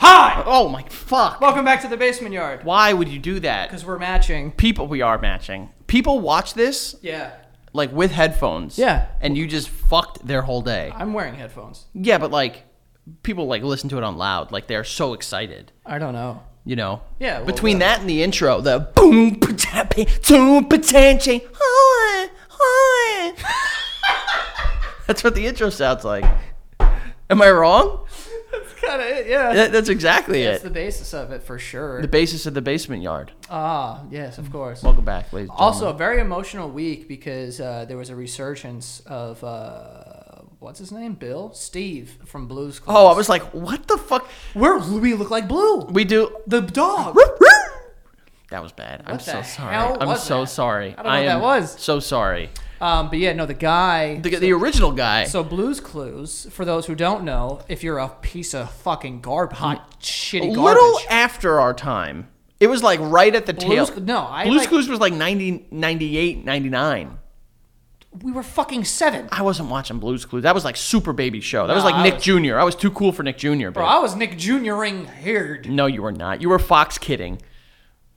Hi! Oh my fuck! Welcome back to the basement yard. Why would you do that? Because we're matching. People, we are matching. People watch this Yeah. like with headphones. Yeah. And you just fucked their whole day. I'm wearing headphones. Yeah, but like people like listen to it on loud. Like they're so excited. I don't know. You know. Yeah, well, Between that and the intro, the boom patapi boom patanche. Hi, hi. That's what the intro sounds like. Am I wrong? That's kind of it, yeah. That- That's exactly That's it. the basis of it for sure. The basis of the basement yard. ah, yes, of course. Welcome back, ladies. and Also, a very emotional week because uh, there was a resurgence of uh, what's his name, Bill, Steve from Blues Clues. Oh, I was like, what the fuck? We're, we look like Blue, We do. the dog. That was bad. I'm What so the sorry. hell I'm was so that? sorry. I don't know what am that was. So sorry. um, but yeah, no, the guy. The, the original guy. so Blues Clues, for those who don't know, if you're a piece of fucking garbage, hot a shitty garbage. little after our time. It was like right at the tail. Blues, no, I Blues like, Clues was like 90, 98, 99. we were fucking seven. I wasn't watching Blues Clues. That was like super baby show. That was No, like I Nick was- Jr. I was too cool for Nick Jr. Bro, Bro. I was Nick Jr.ing haired. No, you were not. You were Fox kidding.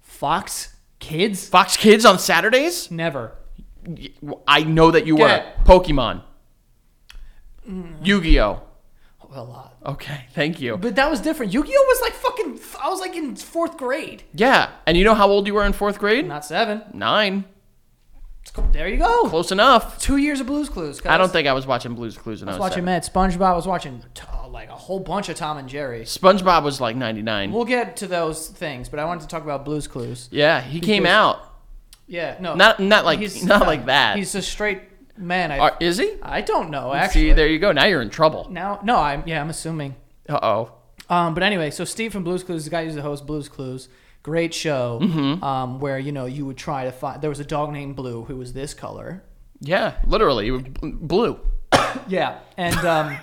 Fox kids Fox Kids on Saturdays? never. Y- I know that you Get were. Pokemon. Yu-Gi-Oh. A lot. Okay, thank you. But that was different. Yu-Gi-Oh was like fucking. I was like in fourth grade. Yeah, and you know how old you were in fourth grade? Not seven. Nine. It's cool. There you go. Close enough. Two years of Blues Clues. I don't think I was watching Blues Clues oh when I I was, was seven. watching Matt SpongeBob. I was watching t- uh, like a whole bunch of Tom and Jerry. SpongeBob was like 99. We'll get to those things, but I wanted to talk about Blues Clues. yeah, he came Because- out. Yeah, no, Not not like He's- not like that. he's a straight man. I, Are- is he? I don't know See, actually. there you go. Now you're in trouble. now, no, I'm yeah, I'm assuming. Uh oh. Um, but anyway, so Steve from Blues Clues, the guy who's the host of Blues Clues, great show. Um, where you know you would try to find there was a dog named Blue who was this color. Yeah, literally, you were bl- blue. Yeah, and um,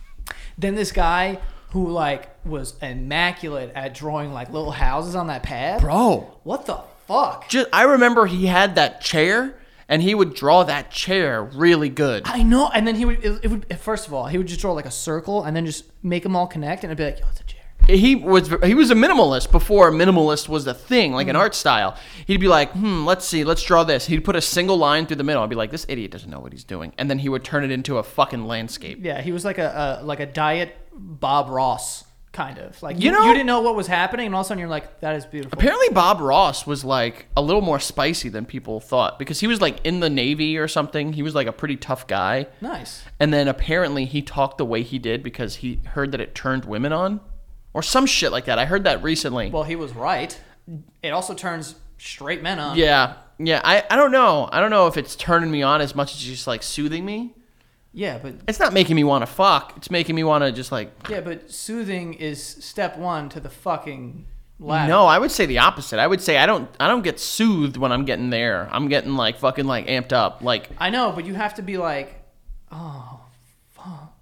then this guy who like was immaculate at drawing like little houses on that pad. Bro, what the fuck? just I remember he had that chair, and he would draw that chair really good. I know. And then he would it, it would first of all he would just draw like a circle and then just make them all connect and it'd be like yo it's a chair. he was he was a minimalist before minimalist was a thing, like an art style. He'd be like, hmm, let's see, let's draw this. He'd put a single line through the middle. I'd be like, this idiot doesn't know what he's doing, and then he would turn it into a fucking landscape. Yeah, he was like a, a like a diet Bob Ross kind of like you, You know- you didn't know what was happening and all of a sudden you're like that is beautiful. Apparently, Bob Ross was like a little more spicy than people thought because he was like in the Navy or something. He was like a pretty tough guy, Nice. and then apparently he talked the way he did because he heard that it turned women on, or some shit like that. I heard that recently. Well, he was right. It also turns straight men on. Yeah. Yeah, I, I don't know. I don't know if it's turning me on as much as just like soothing me. Yeah, but It's not making me want to fuck. It's making me want to just like Yeah, but soothing is step one to the fucking ladder. No, I would say the opposite. I would say I don't I don't get soothed when I'm getting there. I'm getting like fucking like amped up. Like I know, but you have to be like, oh.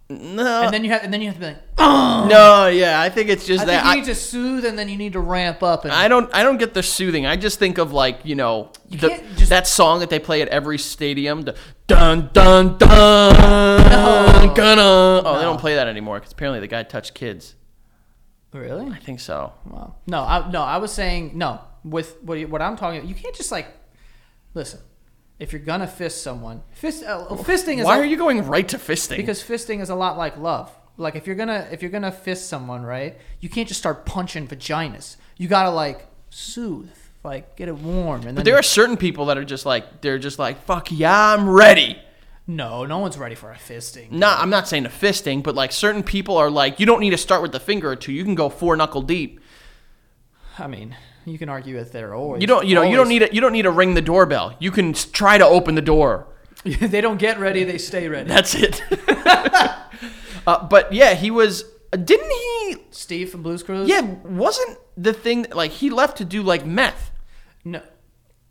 no. Uh, and then you have, and then you have to be like, No, yeah. I think it's just I that think you I, need to soothe, and then you need to ramp up. And I don't I don't get the soothing. I just think of like, you know, the, can't just- that song that they play at every stadium, the dun dun dun. No. Gonna. Oh, No. they don't play that anymore cuz apparently the guy touched kids. really? I think so. Wow. No, I, no, I was saying no. With what, you- what I'm talking, about, you can't just like, listen. If you're gonna fist someone, fist uh, fisting is Why a- are you going right to fisting? because fisting is a lot like love. Like if you're gonna if you're gonna fist someone, right? You can't just start punching vaginas. You gotta like soothe, like get it warm, and then But there are certain people that are just like they're just like fuck yeah, I'm ready. No, no one's ready for a fisting. Not I'm not saying a fisting, but like certain people are like you don't need to start with the finger or two. You can go four knuckle deep. I mean, you can argue that they're always. You don't you know you don't always- need to, you don't need to ring the doorbell. You can s- try to open the door. they don't get ready. They stay ready. That's it. uh, but yeah, he was didn't he Steve from Blues Cruise. Yeah, wasn't the thing like he left to do like meth. No.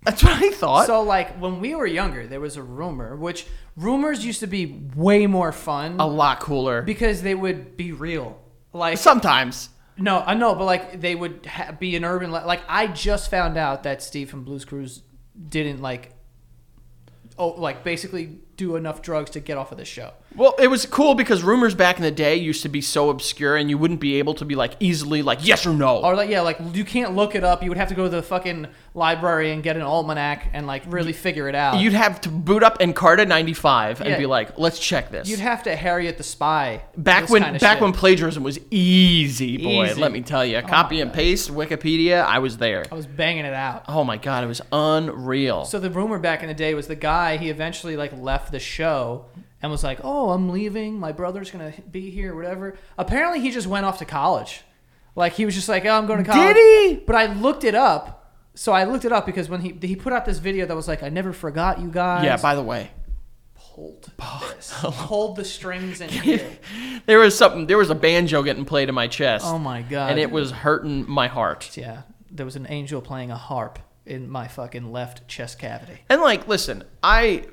That's what I thought. So like when we were younger, there was a rumor, which rumors used to be way more fun a lot cooler. because they would be real. Like Sometimes. no, I know, but like they would ha- be an urban. Le- like I just found out that Steve from Blues Cruise didn't like. Oh, like basically do enough drugs to get off of the show. Well, it was cool because rumors back in the day used to be so obscure, and you wouldn't be able to be like easily like yes or no. Or like yeah, like you can't look it up. You would have to go to the fucking library and get an almanac and like really figure it out. You'd have to boot up Encarta '95 and Yeah. be like, let's check this. You'd have to Harriet the Spy. back this when kinda back shit. when plagiarism was easy, boy. Easy. Let me tell you, copy and paste Wikipedia. I was there. I was banging it out. Oh my god, it was unreal. So the rumor back in the day was the guy he eventually like left the show and was like, "Oh, I'm leaving. My brother's gonna be here, whatever." Apparently, he just went off to college. Like he was just like, "Oh, I'm going to college." he? But I looked it up. So I looked it up because when he he put out this video that was like, "I never forgot you guys." yeah. By the way, hold, this. hold the strings in here. there was something. There was a banjo getting played in my chest. Oh my god! And it was hurting my heart. yeah. There was an angel playing a harp in my fucking left chest cavity. And like, listen, I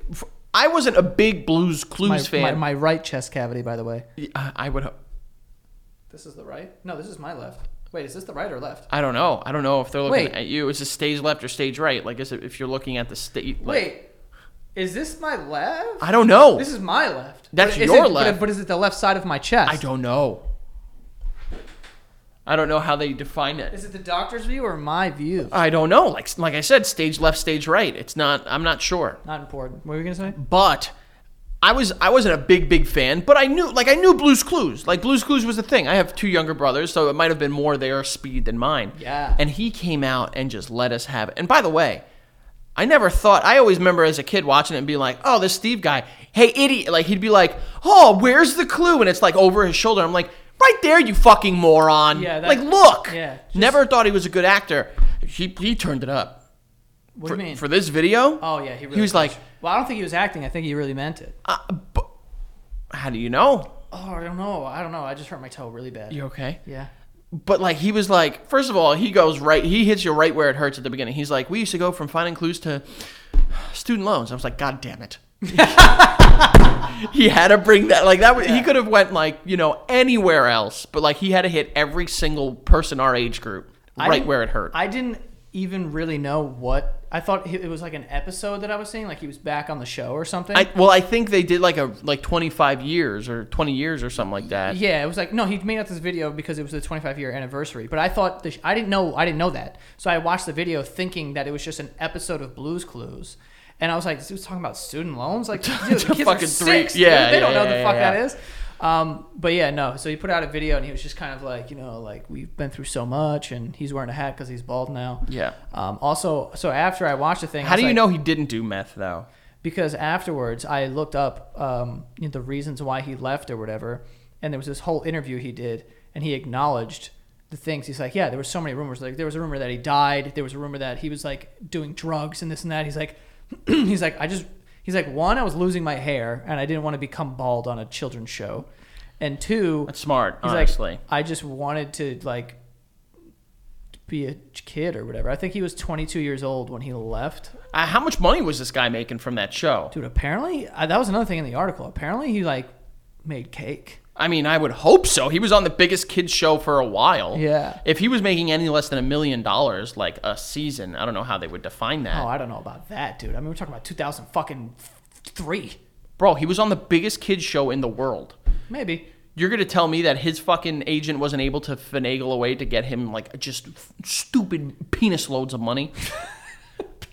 I wasn't a big Blues Clues My, my, fan. my right chest cavity, by the way. I I would. This is the right? No, this is my left. Wait, is this the right or left? I don't know. I don't know if they're looking Wait. at you. Is it stage left or stage right? Like, is it if you're looking at the state? Like, Wait, is this my left? I don't know. This is my left. That's is your it- left. But, but is it the left side of my chest? I don't know. I don't know how they define it. Is it the doctor's view or my view? I don't know. Like like I said, stage left, stage right. It's not. I'm not sure. Not important. What were you gonna say? But I was I wasn't a big big fan. But I knew like I knew Blue's Clues. Like Blue's Clues was a thing. I have two younger brothers, so it might have been more their speed than mine. Yeah. And he came out and just let us have it. And by the way. I never thought. I always remember as a kid watching it and being like, "Oh, this Steve guy, hey idiot!" Like he'd be like, "Oh, where's the clue?" And it's like over his shoulder. I'm like, "Right there, you fucking moron!" Yeah, that- like look. yeah, just- never thought he was a good actor. He he turned it up What for, do you mean? for this video. oh yeah, he really. he was like, well, I don't think he was acting. I think he really meant it. uh, bu- how do you know? Oh, I don't know. I don't know. I just hurt my toe really bad. You okay? yeah. But like he was like, first of all, he goes right. He hits you right where it hurts at the beginning. He's like, we used to go from finding clues to student loans. I was like, God damn it. he had to bring that like that. was He could have went like you know anywhere else, but like he had to hit every single person our age group I right didn't- where it hurt. I didn't even really know what I thought. It was like an episode that I was seeing. Like he was back on the show or something. I, well, I think they did like a like twenty five years or twenty years or something like that. Yeah, it was like no, he made out this video because it was the 25 year anniversary. But I thought the sh- I didn't know I didn't know that, so I watched the video thinking that it was just an episode of Blues Clues, and I was like, this was talking about student loans, like dude, the kids Fucking fucking three- are six, yeah, dude. they don't yeah, know what yeah, the fuck yeah. that is. Um, but yeah, no. So he put out a video and he was just kind of like, you know, like we've been through so much, and he's wearing a hat because he's bald now. Yeah. Um, also, so after I watched the thing, I How was do you like- know he didn't do meth though? because afterwards I looked up um, you know, the reasons why he left or whatever, and there was this whole interview he did, and he acknowledged the things. He's like, yeah, there were so many rumors. Like there was a rumor that he died. There was a rumor that he was like doing drugs and this and that. He's like, he's like, I just, he's like, one, I was losing my hair, and I didn't want to become bald on a children's show, and two, That's smart, he's honestly. like, I just wanted to like be a kid or whatever. I think he was 22 years old when he left. Uh, how much money was this guy making from that show? Dude, apparently uh, that was another thing in the article. Apparently he like made cake. I mean, I would hope so. He was on the biggest kids show for a while. Yeah. If he was making any less than a million dollars like a season, I don't know how they would define that. Oh, I don't know about that, dude. I mean, we're talking about 2000 fucking three, Bro, he was on the biggest kids show in the world. maybe. You're going to tell me that his fucking agent wasn't able to finagle a way to get him like just f- stupid penis loads of money?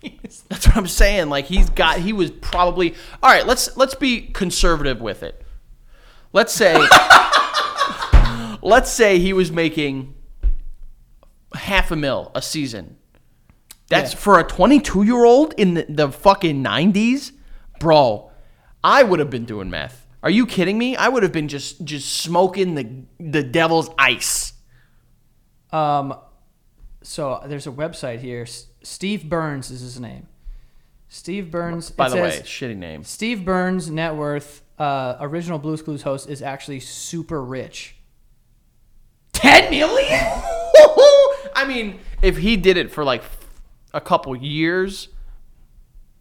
That's what I'm saying. Like he's got he was probably All right, let's let's be conservative with it. Let's say Let's say he was making half a mil a season. That's Yeah. for a 22 year old in the, the fucking 90s, bro. I would have been doing meth. Are you kidding me? I would have been just just smoking the the devil's ice. Um, so there's a website here. S- Steve Burns is his name. Steve Burns. By it the says, way, shitty name. Steve Burns' net worth, uh, original Blues Clues host, is actually super rich. 10 million? I mean, if he did it for like a couple years,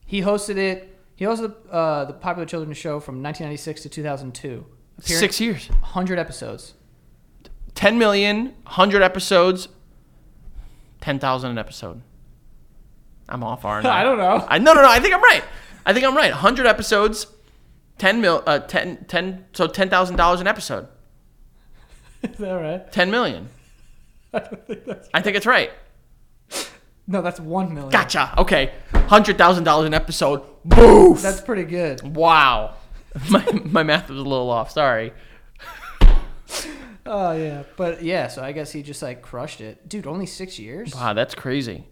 He hosted it. He hosted uh, the popular children's show from 1996 to 2002. Appearing- six years. 100 episodes. 10 million, 100 episodes, 10,000 an episode. I'm off, aren't I? I don't know. I, no, no, no. I think I'm right. I think I'm right. 100 episodes, ten mil, uh, 10, 10 so ten thousand dollars an episode, Is that right? ten million. I don't think that's. I think it's right. No, that's one million. Gotcha. Okay, hundred thousand dollars an episode. Boof. That's pretty good. wow. My my math was a little off. Sorry. Oh yeah, but yeah. So I guess he just like crushed it, dude. Only six years. Wow, that's crazy.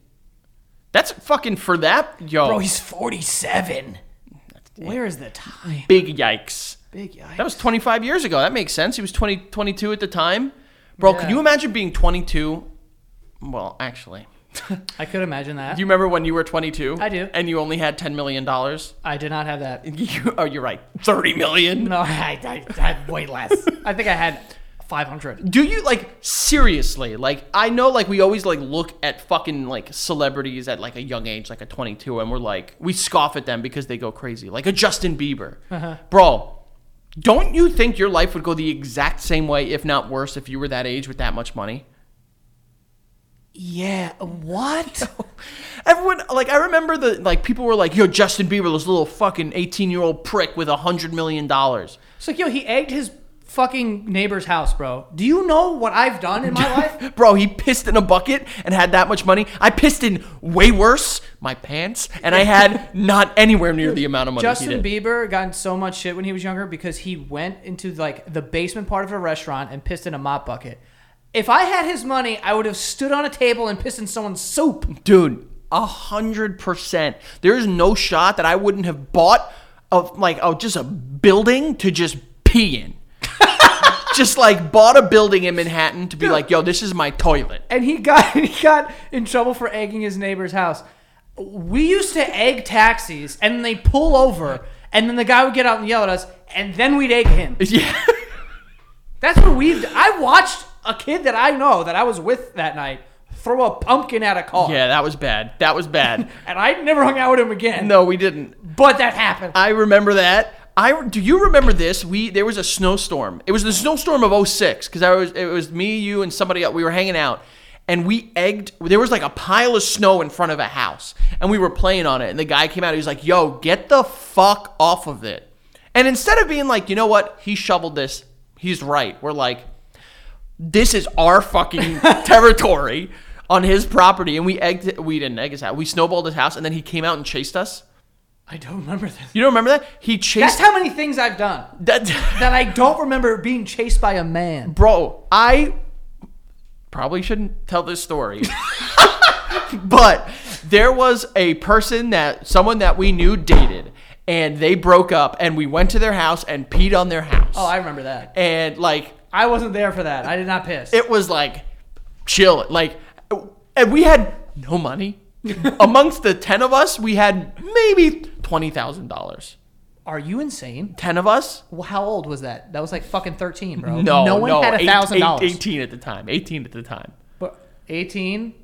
That's fucking for that, yo. Bro, he's forty-seven. Where is the time? big yikes. Big yikes. That was 25 years ago. That makes sense. He was 20, 22 at the time. Bro, Yeah. could you imagine being 22? Well, actually. do I could imagine that. you remember when you were 22? I do. And you only had $10 million? I did not have that. You, oh, you're right. $30 million? No, I, I, I had way less. I think I had five hundred. Do you, like, seriously? Like, I know, like, we always, like, look at fucking, like, celebrities at, like, a young age, like a 22, and we're like, we scoff at them because they go crazy. Like a Justin Bieber. Uh-huh. Bro, don't you think your life would go the exact same way, if not worse, if you were that age with that much money? Yeah. What? Everyone, like, I remember the, like, people were like, yo, Justin Bieber, this little fucking 18 year old prick with a $100 million. It's like, yo, he egged his fucking neighbor's house, bro. Do you know what I've done in my life? Bro, he pissed in a bucket and had that much money. I pissed in way worse, my pants, and I had not anywhere near the amount of money he Justin did. Bieber got in so much shit when he was younger because he went into like the basement part of a restaurant and pissed in a mop bucket. If I had his money, I would have stood on a table and pissed in someone's soup. Dude, a hundred percent. There is no shot that I wouldn't have bought of like oh just a building to just pee in. just like bought a building in Manhattan to be like, yo, this is my toilet. and he got he got in trouble for egging his neighbor's house. We used to egg taxis, and they pull over, and then the guy would get out and yell at us, and then we'd egg him. Yeah. That's what we've. I watched a kid that I know that I was with that night throw a pumpkin at a car, Yeah, that was bad. That was bad. and I never hung out with him again. No, we didn't. but that happened. I remember that. I do you remember this? We there was a snowstorm. It was the snowstorm of 06 because I was it was me, you, and somebody else. We were hanging out, and we egged. There was like a pile of snow in front of a house, and we were playing on it. And the guy came out. He was like, "Yo, get the fuck off of it!" And instead of being like, "You know what? He shoveled this. He's right." We're like, "This is our fucking territory." On his property, and we egged. We didn't egg his house. We snowballed his house, and then he came out and chased us. I don't remember this. You don't remember that? He That's chased. how many things I've done that that I don't remember being chased by a man. bro i probably shouldn't tell this story but there was a person that someone that we knew dated and they broke up and we went to their house and peed on their house Oh, I remember that. and like I wasn't there for that. I did not piss. it was like chill like and we had no money amongst the 10 of us we had maybe $20000 Are you insane? 10 of us Well, how old was that? That was like fucking thirteen, bro. no no one had a eight- thousand eight- dollars. 18 at the time 18 at the time But Eighteen.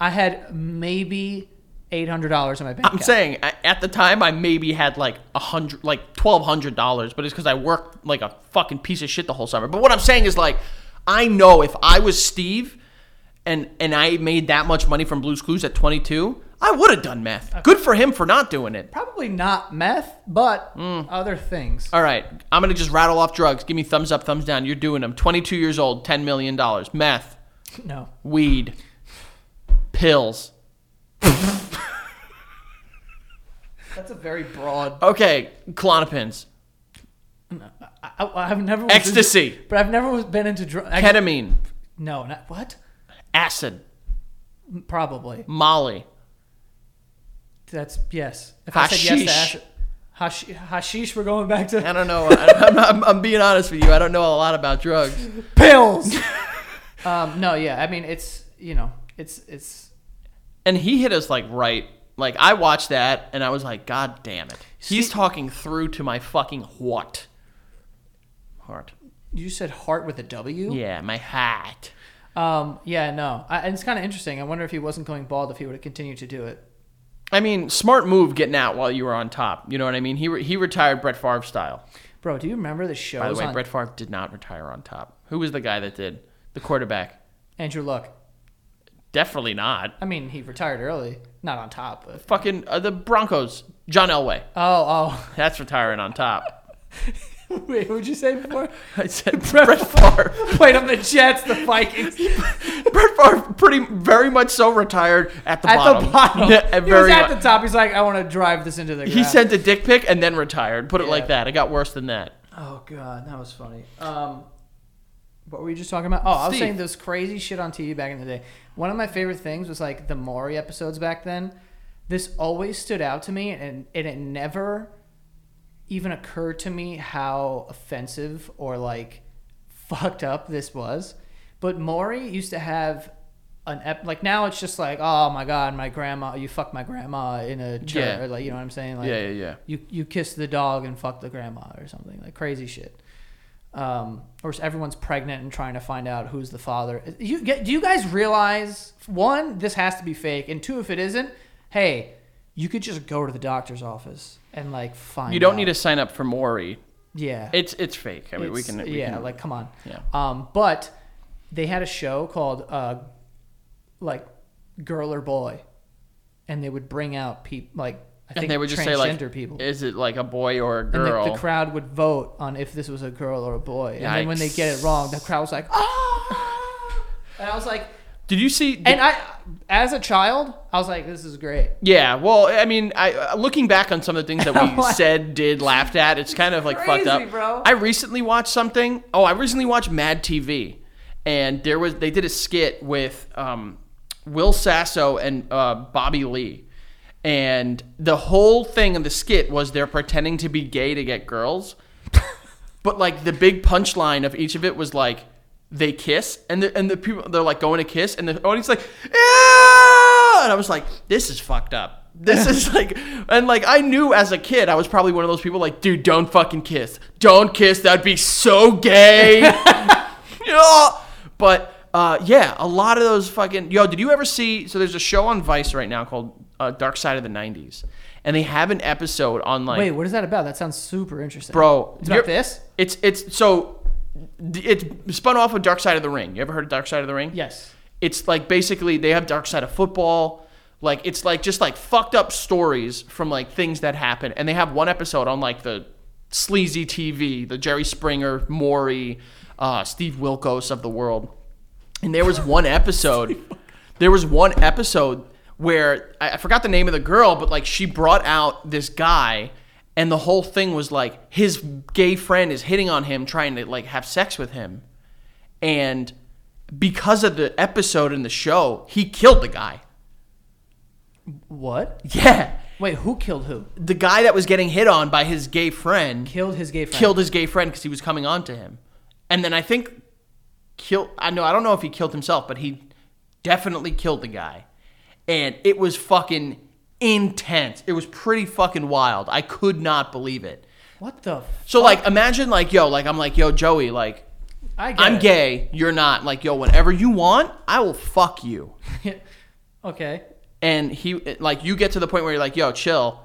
I had maybe eight hundred dollars in my bank. I'm saying I, at the time I maybe had like a hundred, like twelve hundred dollars, but it's because I worked like a fucking piece of shit the whole summer. But what I'm saying is like, I know if I was Steve, and and I made that much money from Blue's Clues at 22, I would have done meth. Good for him for not doing it. probably not meth, but Mm. other things. All right, I'm gonna just rattle off drugs. Give me thumbs up, thumbs down. You're doing them. 22 years old, 10 million dollars, meth, No, weed, pills. that's a very broad. Okay, clonopins, I, I- I've never was ecstasy, into- but I've never was, been into drugs. ketamine, No, not what? acid, Probably. Molly. That's yes. If I said yes to Hashish. acid- hash, hashish, we're going back to I don't know. I, I'm, I'm, I'm being honest with you. I don't know a lot about drugs. pills. um, no, yeah. I mean, it's you know, it's it's And he hit us like right. Like I watched that and I was like, God damn it. He's talking through to my fucking what? Heart. You said heart with a W? Yeah, my hat. Um, yeah, no. I, and it's kind of interesting. I wonder if he wasn't going bald if he would have continued to do it. I mean, smart move getting out while you were on top. You know what I mean? He re- he retired Brett Favre style. Bro, do you remember the shows By the way, on Brett Favre did not retire on top. Who was the guy that did? The quarterback. Andrew Luck? Definitely not. I mean, he retired early. Not on top, but Fucking uh, the Broncos. John Elway. Oh, That's retiring on top. oh. Wait, who'd you say before? I said Brett Favre. Played on the Jets, the Vikings. Brett Favre pretty very much so retired at the At bottom. the bottom. Yeah, he was very at mu- the top. He's like, I want to drive this into the ground. He sent a dick pic and then retired. Put it Yeah. like that. It got worse than that. Oh god, that was funny. Um, what were you just talking about? Oh, I was Steve. saying this crazy shit on TV back in the day. One of my favorite things was like the Maury episodes back then. This always stood out to me, and and it never even occurred to me how offensive or like fucked up this was. But Maury used to have an ep- like now it's just like oh my god my grandma you fuck my grandma in a church Yeah. or like you know what I'm saying like yeah, yeah, yeah. you you kiss the dog and fuck the grandma or something like crazy shit. Um, or s- everyone's pregnant and trying to find out who's the father. Uh, You get? Do you guys realize one, this has to be fake, and two, if it isn't, hey, you could just go to the doctor's office and like find. You don't out. need to sign up for Maury. Yeah, It's it's fake. I mean, we It's- can. We yeah, can, like come on. Yeah. Um, but they had a show called uh, like Girl or Boy, and they would bring out people like I think and they would just say like, transgender people. is it like a boy or a And girl? the, the crowd would vote on if this was a girl or a boy. And then when they Yikes. get it wrong, the crowd was like, ah! And I was like, Did you see? and I, as a child, I was like, this is great. yeah. Well, I mean, I uh, looking back on some of the things that we said, did, laughed at. It's kind of like fucked Crazy, up. bro. I recently watched something. Oh, I recently watched Mad TV, and there was they did a skit with um, Will Sasso and uh, Bobby Lee, and the whole thing of the skit was they're pretending to be gay to get girls, but like the big punchline of each of it was like they kiss and the and the people they're like going to kiss and the audience is like "Ah!" and I was like this is fucked up. This is like, and like I knew as a kid, I was probably one of those people like, dude, don't fucking kiss, don't kiss. That'd be so gay. Yeah. But uh, yeah, a lot of those fucking yo. Did you ever see? So there's a show on Vice right now called uh, Dark Side of the '90s, and they have an episode on like, Wait, what is that about? That sounds super interesting. bro, it's about you're- this? It's it's so d- it's spun off of Dark Side of the Ring. You ever heard of Dark Side of the Ring? Yes. It's like basically they have Dark Side of Football. Like it's like just like fucked up stories from like things that happen, and they have one episode on like the sleazy TV, the Jerry Springer, Maury, uh, Steve Wilkos of the world. And there was one episode. There was one episode where I, I forgot the name of the girl, but like she brought out this guy, and the whole thing was like his gay friend is hitting on him, trying to like have sex with him, and because of the episode in the show, he killed the guy. What? Yeah, Wait, who killed who? the guy that was getting hit on by his gay friend Killed his gay friend. killed his gay friend because he was coming on to him, and then I think kill. I know I don't know if he killed himself, but he definitely killed the guy, and it was fucking intense. It was pretty fucking wild. I could not believe it. What the? F- So like, imagine like yo, like I'm like yo, Joey, like I get I'm it. gay. You're not. Like yo, whenever you want, I will fuck you. okay. And he like you get to the point where you're like yo, chill.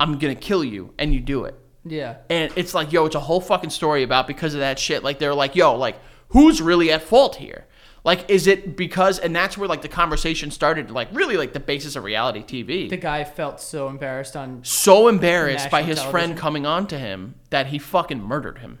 I'm gonna kill you, and you do it. Yeah. And it's like, yo, it's a whole fucking story about because of that shit. Like they're like, yo, like who's really at fault here? Like, is it because? And that's where like the conversation started. Like really, like the basis of reality TV. The guy felt so embarrassed on. so embarrassed by National his television. friend coming on to him that he fucking murdered him.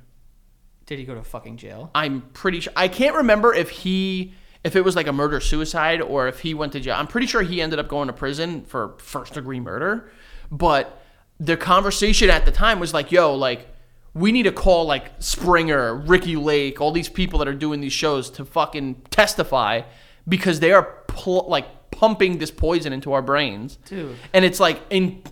Did he go to fucking jail? I'm pretty sure. I can't remember if he if it was like a murder suicide or if he went to jail. I'm pretty sure he ended up going to prison for first degree murder. But the conversation at the time was like, "Yo, like we need to call like Springer, Ricky Lake, all these people that are doing these shows to fucking testify because they are pl- like pumping this poison into our brains." Dude. And it's like in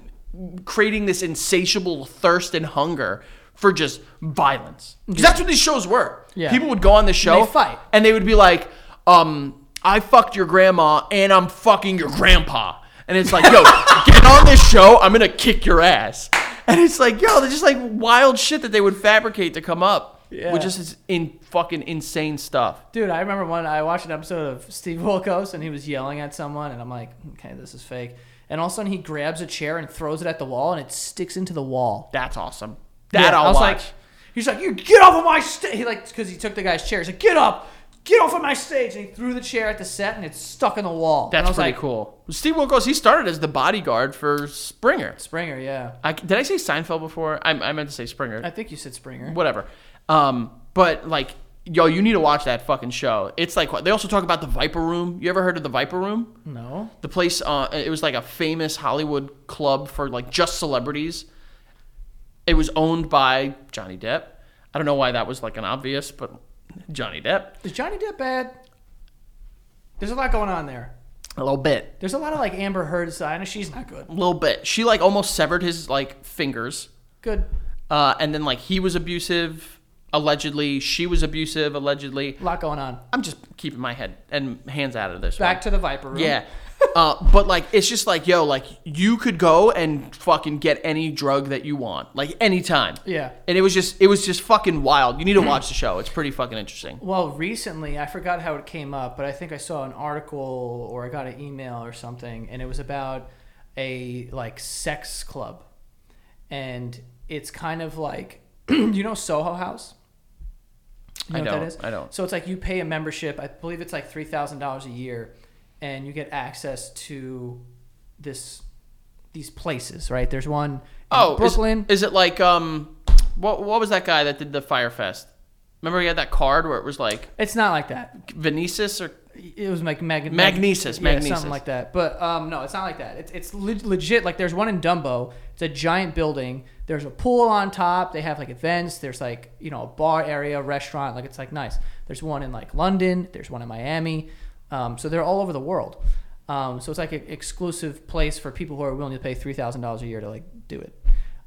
creating this insatiable thirst and hunger for just violence. Because that's what these shows were. Yeah. People would go on the show they fight. and they would be like, um, I fucked your grandma and I'm fucking your grandpa. And it's like, yo, get on this show, I'm gonna kick your ass. And it's like, yo, they're just like wild shit that they would fabricate to come up. Yeah. Which is is in fucking insane stuff. Dude, I remember one. I watched an episode of Steve Wilkos, and he was yelling at someone, and I'm like, okay, this is fake. And all of a sudden, he grabs a chair and throws it at the wall, and it sticks into the wall. That's awesome. That Yeah, I'll I was watch. like, he's like, you get off of my st-. He like, because he took the guy's chair. He's like, get up, "Get off of my stage!" And he threw the chair at the set, and it's stuck in the wall. and I That's was pretty like, cool. Steve Wilkos, he started as the bodyguard for Springer. Springer, yeah. I, did I say Seinfeld before? I, I meant to say Springer. I think you said Springer. whatever. Um, but like, yo, you need to watch that fucking show. It's like they also talk about the Viper Room. You ever heard of the Viper Room? No. The place. Uh, it was like a famous Hollywood club for like just celebrities. It was owned by Johnny Depp. I don't know why that was like an obvious, but Johnny Depp. Is Johnny Depp bad? There's a lot going on there. A little bit. There's a lot of like Amber Heard side, and she's not good. A little bit. She like almost severed his like fingers. Good. Uh, and then like he was abusive allegedly. She was abusive allegedly. A lot going on. I'm just keeping my head and hands out of this. one. Back to the Viper Room. Yeah. Uh, but like it's just like yo like you could go and fucking get any drug that you want like anytime Yeah. and it was just it was just fucking wild you need to watch the show it's pretty fucking interesting Well, recently, I forgot how it came up, but I think I saw an article or I got an email or something, and it was about a like sex club. And it's kind of like, you know, Soho House? You I know what don't, that is? I don't. So it's like you pay a membership. I believe it's like $3,000 a year, and you get access to this these places, right? There's one in oh is- Brooklyn. is, it like um what what was that guy that did the fire fest remember he had that card where it was like it's not like that. Venesis or it was like mag- Magnesis, yeah, Magnesis. something like that. But um, no, it's not like that. It's it's le- legit. Like there's one in Dumbo. It's a giant building. There's a pool on top. They have like events. There's like you know a bar area, restaurant. Like it's like nice. There's one in like London. There's one in Miami. Um, so they're all over the world. Um, so it's like an exclusive place for people who are willing to pay three thousand dollars a year to like do it.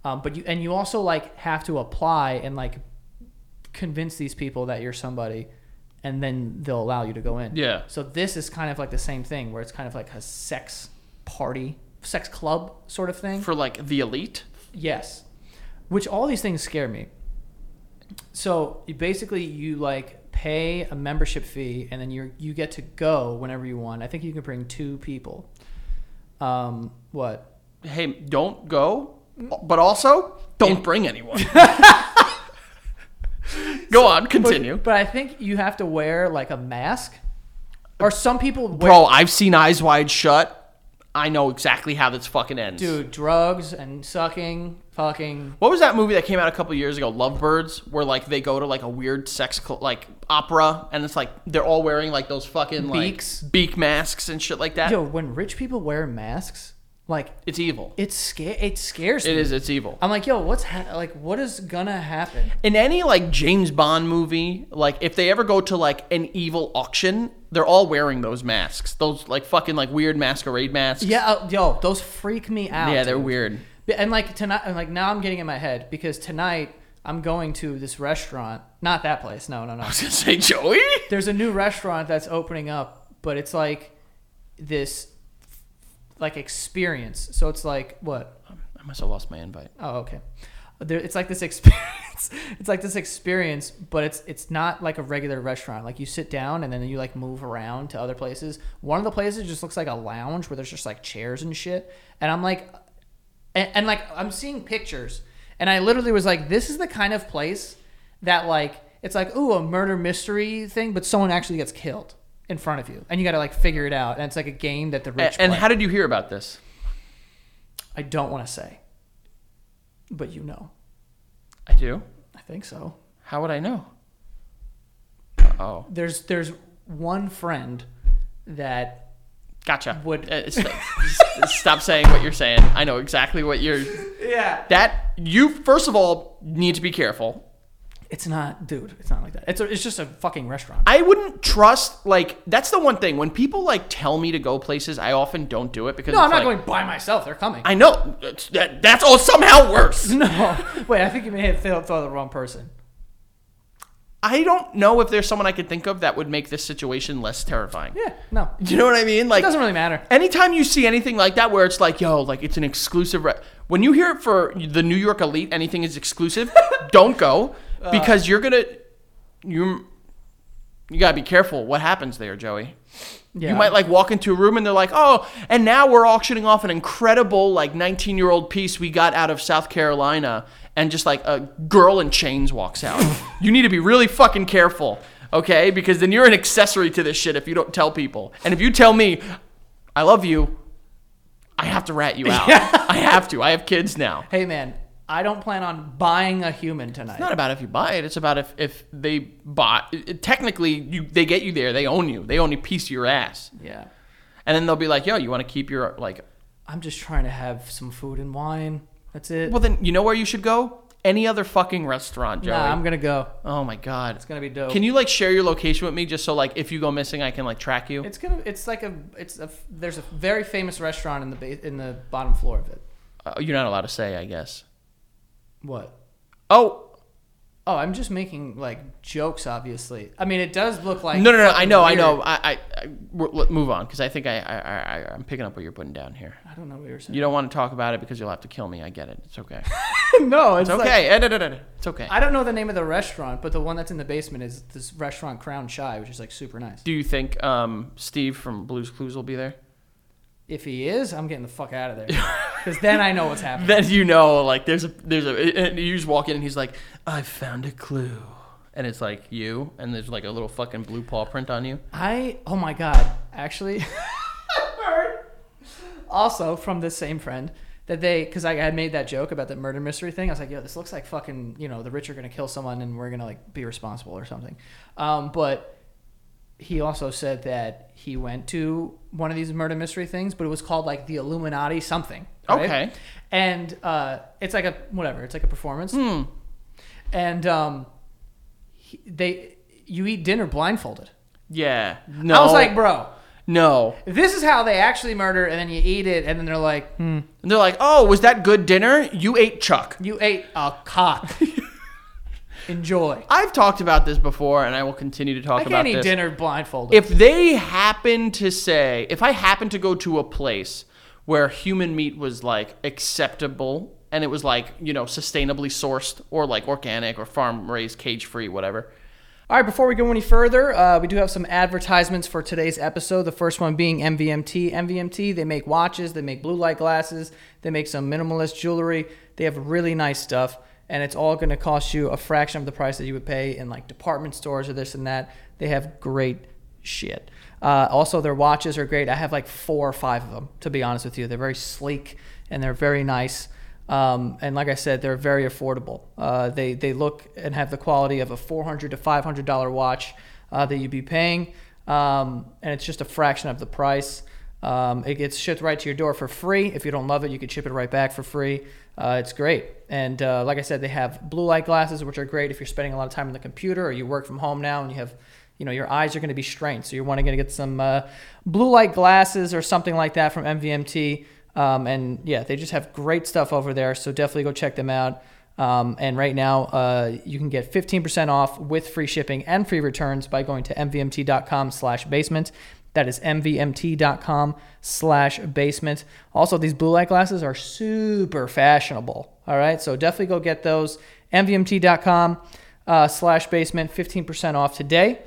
Um, but you and you also like have to apply and like convince these people that you're somebody, and then they'll allow you to go in. Yeah. So this is kind of like the same thing, where it's kind of like a sex party, sex club sort of thing. for like the elite yes, which all these things scare me. So you basically, you like pay a membership fee, and then you you get to go whenever you want. I think you can bring two people. Um, what? hey don't go but also don't bring anyone go on continue But, but I think you have to wear like a mask, Uh, or some people wear Bro, I've seen Eyes Wide Shut. I know exactly how this fucking ends. dude drugs and sucking, fucking. What was that movie that came out a couple years ago, Lovebirds, where like they go to like a weird sex cl- like opera and it's like they're all wearing like those fucking Beaks. like beak masks and shit like that. Yo, when rich people wear masks, like It's evil. it's sca- it scares It me. is it's evil. I'm like, yo, what's ha- like, what is gonna happen? In any like James Bond movie, like if they ever go to like an evil auction, they're all wearing those masks. Those like fucking like weird masquerade masks. Yeah, uh, yo, those freak me out. Yeah, they're dude. weird. B- And like tonight, and like now I'm getting in my head because tonight I'm going to this restaurant, not that place. No, no, no. I was gonna say Joey? There's a new restaurant that's opening up, but it's like this like experience. So it's like what I must have lost my invite. Oh, okay. There, it's like this experience. it's like this experience, but it's it's not like a regular restaurant. Like you sit down and then you like move around to other places. One of the places just looks like a lounge where there's just like chairs and shit. And I'm like, and, and like I'm seeing pictures, and I literally was like, this is the kind of place that like it's like ooh a murder mystery thing, but someone actually gets killed in front of you, and you got to like figure it out. And it's like a game that the rich and play. how did you hear about this? I don't want to say, but you know, I do. I think so. How would I know? Oh, there's there's one friend that gotcha. Would- Uh, st- s- stop saying what you're saying. I know exactly what you're. yeah That you first of all need to be careful. it's not dude it's not like that it's a, it's just a fucking restaurant I wouldn't trust like that's the one thing when people like tell me to go places. I often don't do it because no it's i'm not like, going by myself they're coming I know it's- that, that's all somehow worse. no wait i think you may have failed thought of the wrong person I don't know if there's someone I could think of that would make this situation less terrifying. yeah no Do you know what I mean? it Like doesn't really matter Anytime you see anything like that where it's like, yo, like it's an exclusive. Re- when you hear it for the New York elite, anything is exclusive. don't go Uh. because you're gonna you you gotta be careful what happens there, Joey. yeah You might like walk into a room and they're like, oh, and now we're auctioning off an incredible like 19 year old piece we got out of South Carolina, and just like a girl in chains walks out. you need to be really fucking careful. okay? Because then you're an accessory to this shit if you don't tell people. And if you tell me, I love you, I have to rat you out. I have to. I have kids now. Hey man, I don't plan on buying a human tonight. It's not about if you buy it. It's about if, if they bought. it- it- technically, you they get you there. They own you. They own a piece of your ass. yeah. And then they'll be like, yo, you want to keep your like I'm just trying to have some food and wine. That's it. Well, then you know where you should go. Any other fucking restaurant, Joey. nah, I'm gonna go. oh my god, it's gonna be dope. Can you like share your location with me, just so like if you go missing, I can like track you? It's gonna. It's like a. It's a. There's a very famous restaurant in the ba- in the bottom floor of it. Uh, you're not allowed to say, I guess. What? Oh Oh, I'm just making like jokes. Obviously, I mean it does look like. no, no, no! I fucking know, I weird. know. I, I, I we're- let- move on because I think I, I, I, I- I'm picking up what you're putting down here. I don't know what you were saying. You don't want to talk about it because you'll have to kill me. I get it. It's okay. no, it's, It's okay. okay. Eh, Edit, edit, edit. It's okay. I don't know the name of the restaurant, but the one that's in the basement is this restaurant Crown Chai, which is like super nice. Do you think um, Steve from Blues Clues will be there? If he is, I'm getting the fuck out of there because then I know what's happening. then you know like there's a there's a and you just walk in and he's like i found a clue and it's like you and there's like a little fucking blue paw print on you I oh my god, actually, I heard also from this same friend that they because I had made that joke about the murder mystery thing. I was like, yo, this looks like fucking you know the rich are gonna kill someone and we're gonna like be responsible or something. Um, but he also said that he went to one of these murder mystery things, but it was called like the Illuminati something. right? Okay. and uh, it's like a whatever, it's like a performance, and um, he, they you eat dinner blindfolded. yeah no I was like, bro, no this is how they actually murder, and then you eat it, and then they're like, hmm, and they're like oh was that good dinner you ate chuck you ate a cock. Enjoy. i've talked about this before and i will continue to talk I about can't eat this dinner blindfolded. if they happen to say if i happen to go to a place where human meat was like acceptable and it was like you know sustainably sourced or like organic or farm raised cage free whatever All right, before we go any further, uh, we do have some advertisements for today's episode. The first one being MVMT. MVMT, they make watches, they make blue light glasses, they make some minimalist jewelry. They have really nice stuff, and it's all going to cost you a fraction of the price that you would pay in like department stores or this and that. They have great shit. Uh, also, their watches are great. I have like four or five of them, to be honest with you. They're very sleek and they're very nice. Um, and like I said, they're very affordable. Uh, they they look and have the quality of a four hundred to five hundred dollar watch uh, that you'd be paying, um, and it's just a fraction of the price. Um, it gets shipped right to your door for free. If you don't love it, you could ship it right back for free. Uh, it's great. And uh, like I said, they have blue light glasses, which are great if you're spending a lot of time on the computer or you work from home now and you have you know your eyes are going to be strained so you're wanting to get some uh, blue light glasses or something like that from mvmt um, and yeah they just have great stuff over there so definitely go check them out um, and right now uh, you can get 15% off with free shipping and free returns by going to mvmt.com slash basement that is mvmt.com slash basement also these blue light glasses are super fashionable all right so definitely go get those mvmt.com uh, slash basement, 15% off today.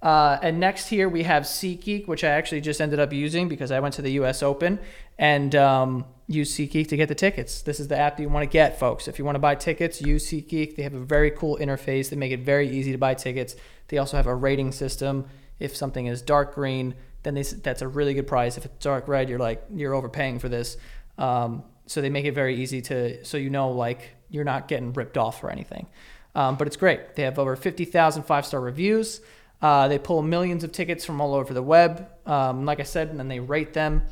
Uh, and next here we have SeatGeek, which I actually just ended up using because I went to the U.S. Open and um, used SeatGeek to get the tickets. This is the app that you want to get, folks. If you want to buy tickets, use SeatGeek. They have a very cool interface. They make it very easy to buy tickets. They also have a rating system. If something is dark green, then they, s- that's a really good price. If it's dark red, you're like you're overpaying for this. Um, so they make it very easy to so you know like you're not getting ripped off or anything um, but it's great they have over 50000 five-star reviews uh, they pull millions of tickets from all over the web um, like i said and then they rate them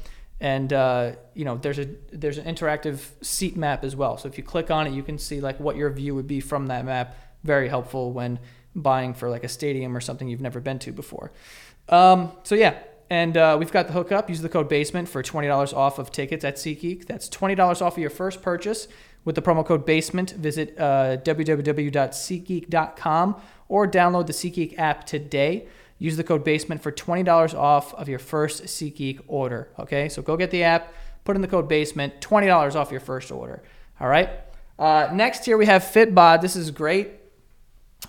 and uh, you know there's a there's an interactive seat map as well so if you click on it you can see like what your view would be from that map very helpful when buying for like a stadium or something you've never been to before um, so yeah, and uh, we've got the hookup. Use the code Basement for twenty dollars off of tickets at SeatGeek. That's twenty dollars off of your first purchase with the promo code Basement. Visit uh, www.seatgeek.com or download the SeatGeek app today. Use the code Basement for twenty dollars off of your first SeatGeek order. Okay, so go get the app, put in the code Basement, twenty dollars off your first order. All right. Uh, next here we have Fitbod. This is great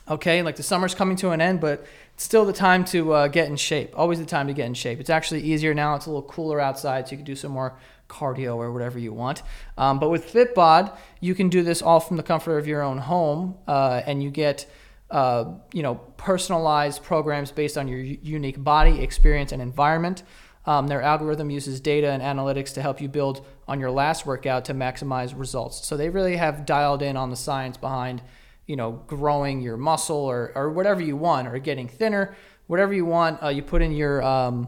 okay like the summer's coming to an end but it's still the time to uh, get in shape always the time to get in shape it's actually easier now it's a little cooler outside so you can do some more cardio or whatever you want um, but with fitbod you can do this all from the comfort of your own home uh, and you get uh, you know, personalized programs based on your u- unique body, experience, and environment. Um, their algorithm uses data and analytics to help you build on your last workout to maximize results. So they really have dialed in on the science behind, you know, growing your muscle or, or whatever you want, or getting thinner, whatever you want. Uh, you put in your um,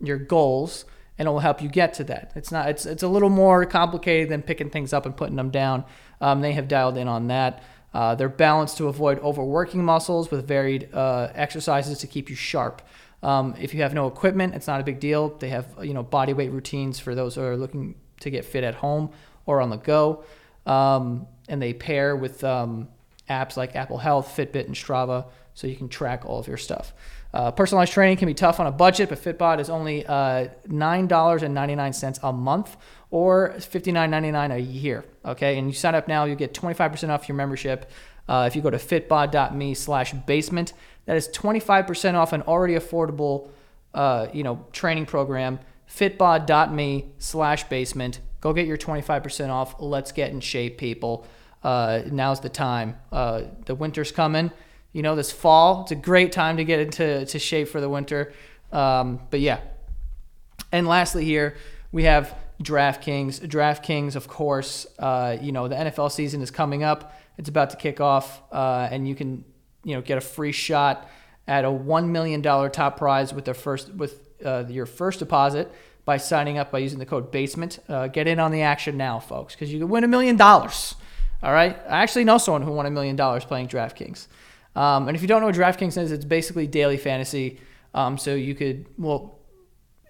your goals and it will help you get to that. It's not it's it's a little more complicated than picking things up and putting them down. Um, they have dialed in on that. Uh, they're balanced to avoid overworking muscles with varied uh, exercises to keep you sharp. Um, if you have no equipment, it's not a big deal. They have you know body weight routines for those who are looking to get fit at home or on the go, um, and they pair with um, apps like Apple Health, Fitbit, and Strava, so you can track all of your stuff. Uh, personalized training can be tough on a budget, but Fitbot is only uh, nine dollars and ninety nine cents a month, or fifty nine ninety nine a year. Okay, and you sign up now, you get twenty five percent off your membership. Uh, if you go to fitbod.me/basement, that is twenty five percent off an already affordable, uh, you know, training program. Fitbod.me/basement. Go get your twenty five percent off. Let's get in shape, people. Uh, now's the time. Uh, the winter's coming you know this fall it's a great time to get into to shape for the winter um, but yeah and lastly here we have draftkings draftkings of course uh, you know the nfl season is coming up it's about to kick off uh, and you can you know get a free shot at a $1 million top prize with their first with uh, your first deposit by signing up by using the code basement uh, get in on the action now folks because you can win a million dollars all right i actually know someone who won a million dollars playing draftkings um, and if you don't know what DraftKings is, it's basically daily fantasy. Um, so you could, well,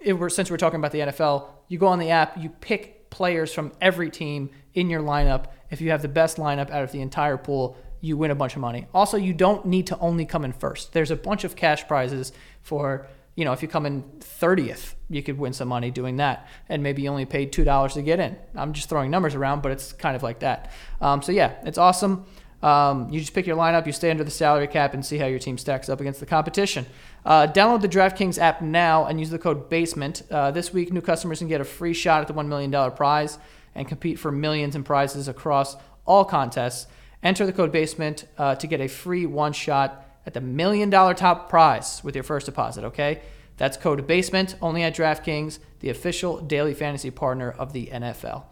if we're, since we're talking about the NFL, you go on the app, you pick players from every team in your lineup. If you have the best lineup out of the entire pool, you win a bunch of money. Also, you don't need to only come in first. There's a bunch of cash prizes for, you know, if you come in 30th, you could win some money doing that. And maybe you only paid $2 to get in. I'm just throwing numbers around, but it's kind of like that. Um, so, yeah, it's awesome. Um, you just pick your lineup, you stay under the salary cap, and see how your team stacks up against the competition. Uh, download the DraftKings app now and use the code BASEMENT. Uh, this week, new customers can get a free shot at the $1 million prize and compete for millions in prizes across all contests. Enter the code BASEMENT uh, to get a free one shot at the million dollar top prize with your first deposit, okay? That's code BASEMENT only at DraftKings, the official daily fantasy partner of the NFL.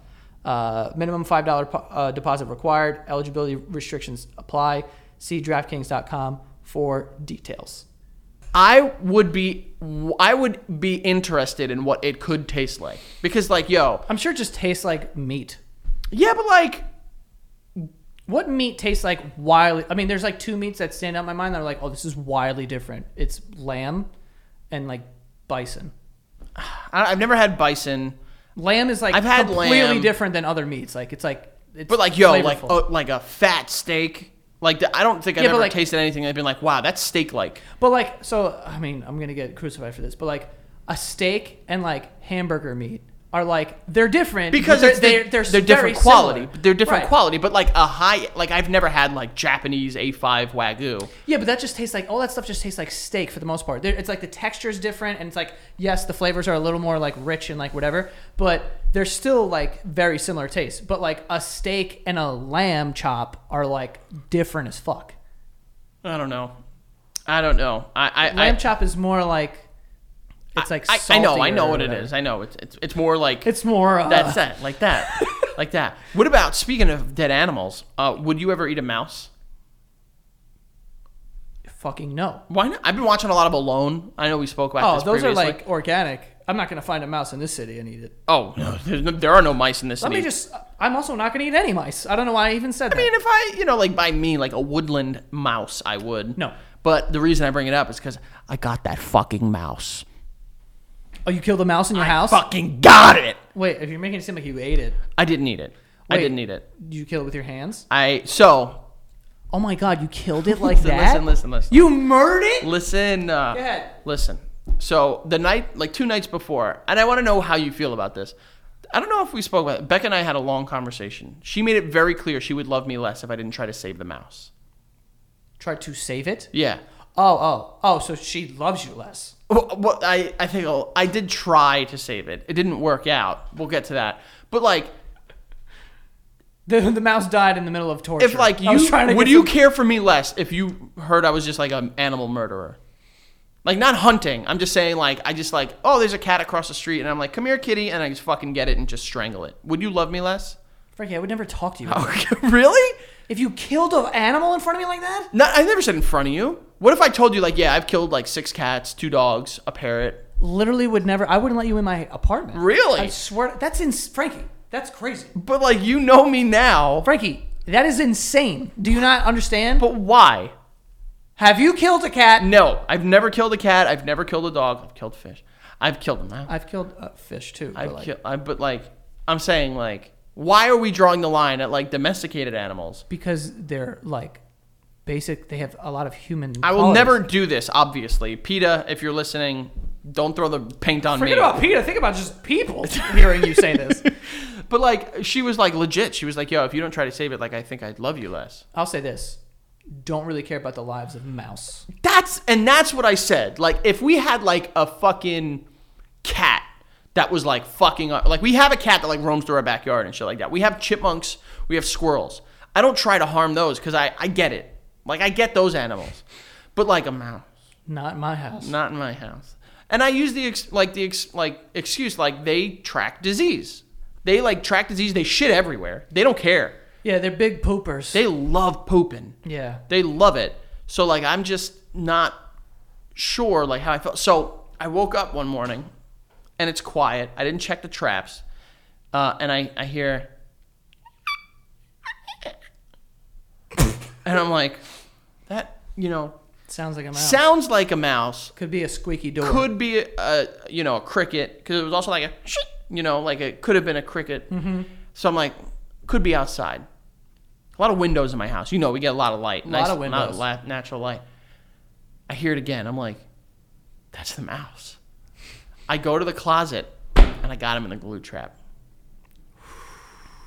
Uh, minimum $5 po- uh, deposit required. Eligibility restrictions apply. See DraftKings.com for details. I would be I would be interested in what it could taste like because like yo I'm sure it just tastes like meat. yeah but like What meat tastes like wildly? I mean, there's like two meats that stand out in my mind that are like, oh, this is wildly different. It's lamb and like bison. I, I've never had bison Lamb is like I've had completely lamb. different than other meats. Like it's like it's but like yo like flavorful. uh, like a fat steak like I don't think I've Yeah, but, ever like- tasted anything that's been like wow that's steak like But like, so I mean, I'm gonna get crucified for this, but like, a steak and like hamburger meat are like they're different because but it's the- they're they're, they're very different quality. similar. but They're different Right. quality, but like a high like I've never had like Japanese A5 wagyu. Yeah, but that just tastes like all that stuff just tastes like steak for the most part. There- It's like the texture is different, and it's like yes, the flavors are a little more like rich and like whatever, but they're still like very similar taste. But like a steak and a lamb chop are like different as fuck. I don't know. I don't know. I I Lamb I, chop is more like it's like I, I know. I saltier know or what it whatever. is. I know. It's it's, it's more like It's more uh, that's that like that like that. What about speaking of dead animals? Uh, would you ever eat a mouse? fucking no. Why not? I've been watching a lot of Alone. I know we spoke about Oh, this those are previously. like organic. I'm not gonna find a mouse in this city and eat it. oh no, there's no, there are no mice in this. Let me city. just. I'm also not gonna eat any mice. I don't know why I even said that. I mean, if I, you know, like by me, like a woodland mouse, I would. No. But the reason I bring it up is because I got that fucking mouse. oh, you killed a mouse in your house? Fucking got it. Wait, if you're making it seem like you ate it, I didn't eat it. I Wait. didn't eat it. did you kill it with your hands? I so Oh my god, you killed it like listen, that? listen, listen, listen, You murdered it? listen. Uh, Go ahead. Listen. So the night, like two nights before, and I want to know how you feel about this. I don't know if we spoke about it. Becca and I had a long conversation. She made it very clear she would love me less if I didn't try to save the mouse. Tried to save it? Yeah. Oh, oh, oh. So she loves you less. Well, well, I, I think I'll, I did try to save it. It didn't work out. We'll get to that. But like, The, the mouse died in the middle of torture. If like I was you, trying to would get you some- care for me less if you heard I was just like an animal murderer? Like not hunting. I'm just saying like I just like oh there's a cat across the street and I'm like come here kitty and I just fucking get it and just strangle it. Would you love me less? Frankie, I would never talk to you. Okay, really? If you killed an animal in front of me like that, No, I never said in front of you. What if I told you like yeah I've killed like six cats, two dogs, a parrot? literally would never. I wouldn't let you in my apartment. Really? I swear. That's in Frankie. That's crazy. But like you know me now. Frankie, that is insane. Do you not understand? But why? Have you killed a cat? No, I've never killed a cat. I've never killed a dog. I've killed fish. I've killed them. I- I've killed a fish too. I but, like, kill, I, but like, I'm saying like, why are we drawing the line at like domesticated animals? because they're like basic. They have a lot of human. I will qualities. never do this. Obviously, Peta, if you're listening, don't throw the paint on Forget me. about Peter. Think about just people hearing you say this. But like, she was like legit. She was like, "Yo, if you don't try to save it, like, I think I'd love you less." I'll say this: don't really care about the lives of mouse. That's and that's what I said. Like, if we had like a fucking cat that was like fucking up, like we have a cat that like roams through our backyard and shit like that. We have chipmunks. We have squirrels. I don't try to harm those because I I get it. Like I get those animals, but like a mouse. Not in my house. not in my house. And I use the ex- like the ex- like excuse like they track disease. They like track disease. They shit everywhere. They don't care. Yeah, they're big poopers. They love pooping. yeah. They love it. So like I'm just not sure like how I felt. So I woke up one morning and it's quiet. I didn't check the traps. Uh, and I, I hear and I'm like, that you know Sounds like a mouse. sounds like a mouse, Could be a squeaky door. could be a you know a cricket because it was also like a you know like it could have been a cricket. Mm-hmm. So I'm like, could be outside. A lot of windows in my house. You know, we get a lot of light. A Lot of windows. natural light. I hear it again. I'm like, that's the mouse. I go to the closet and I got him in the glue trap.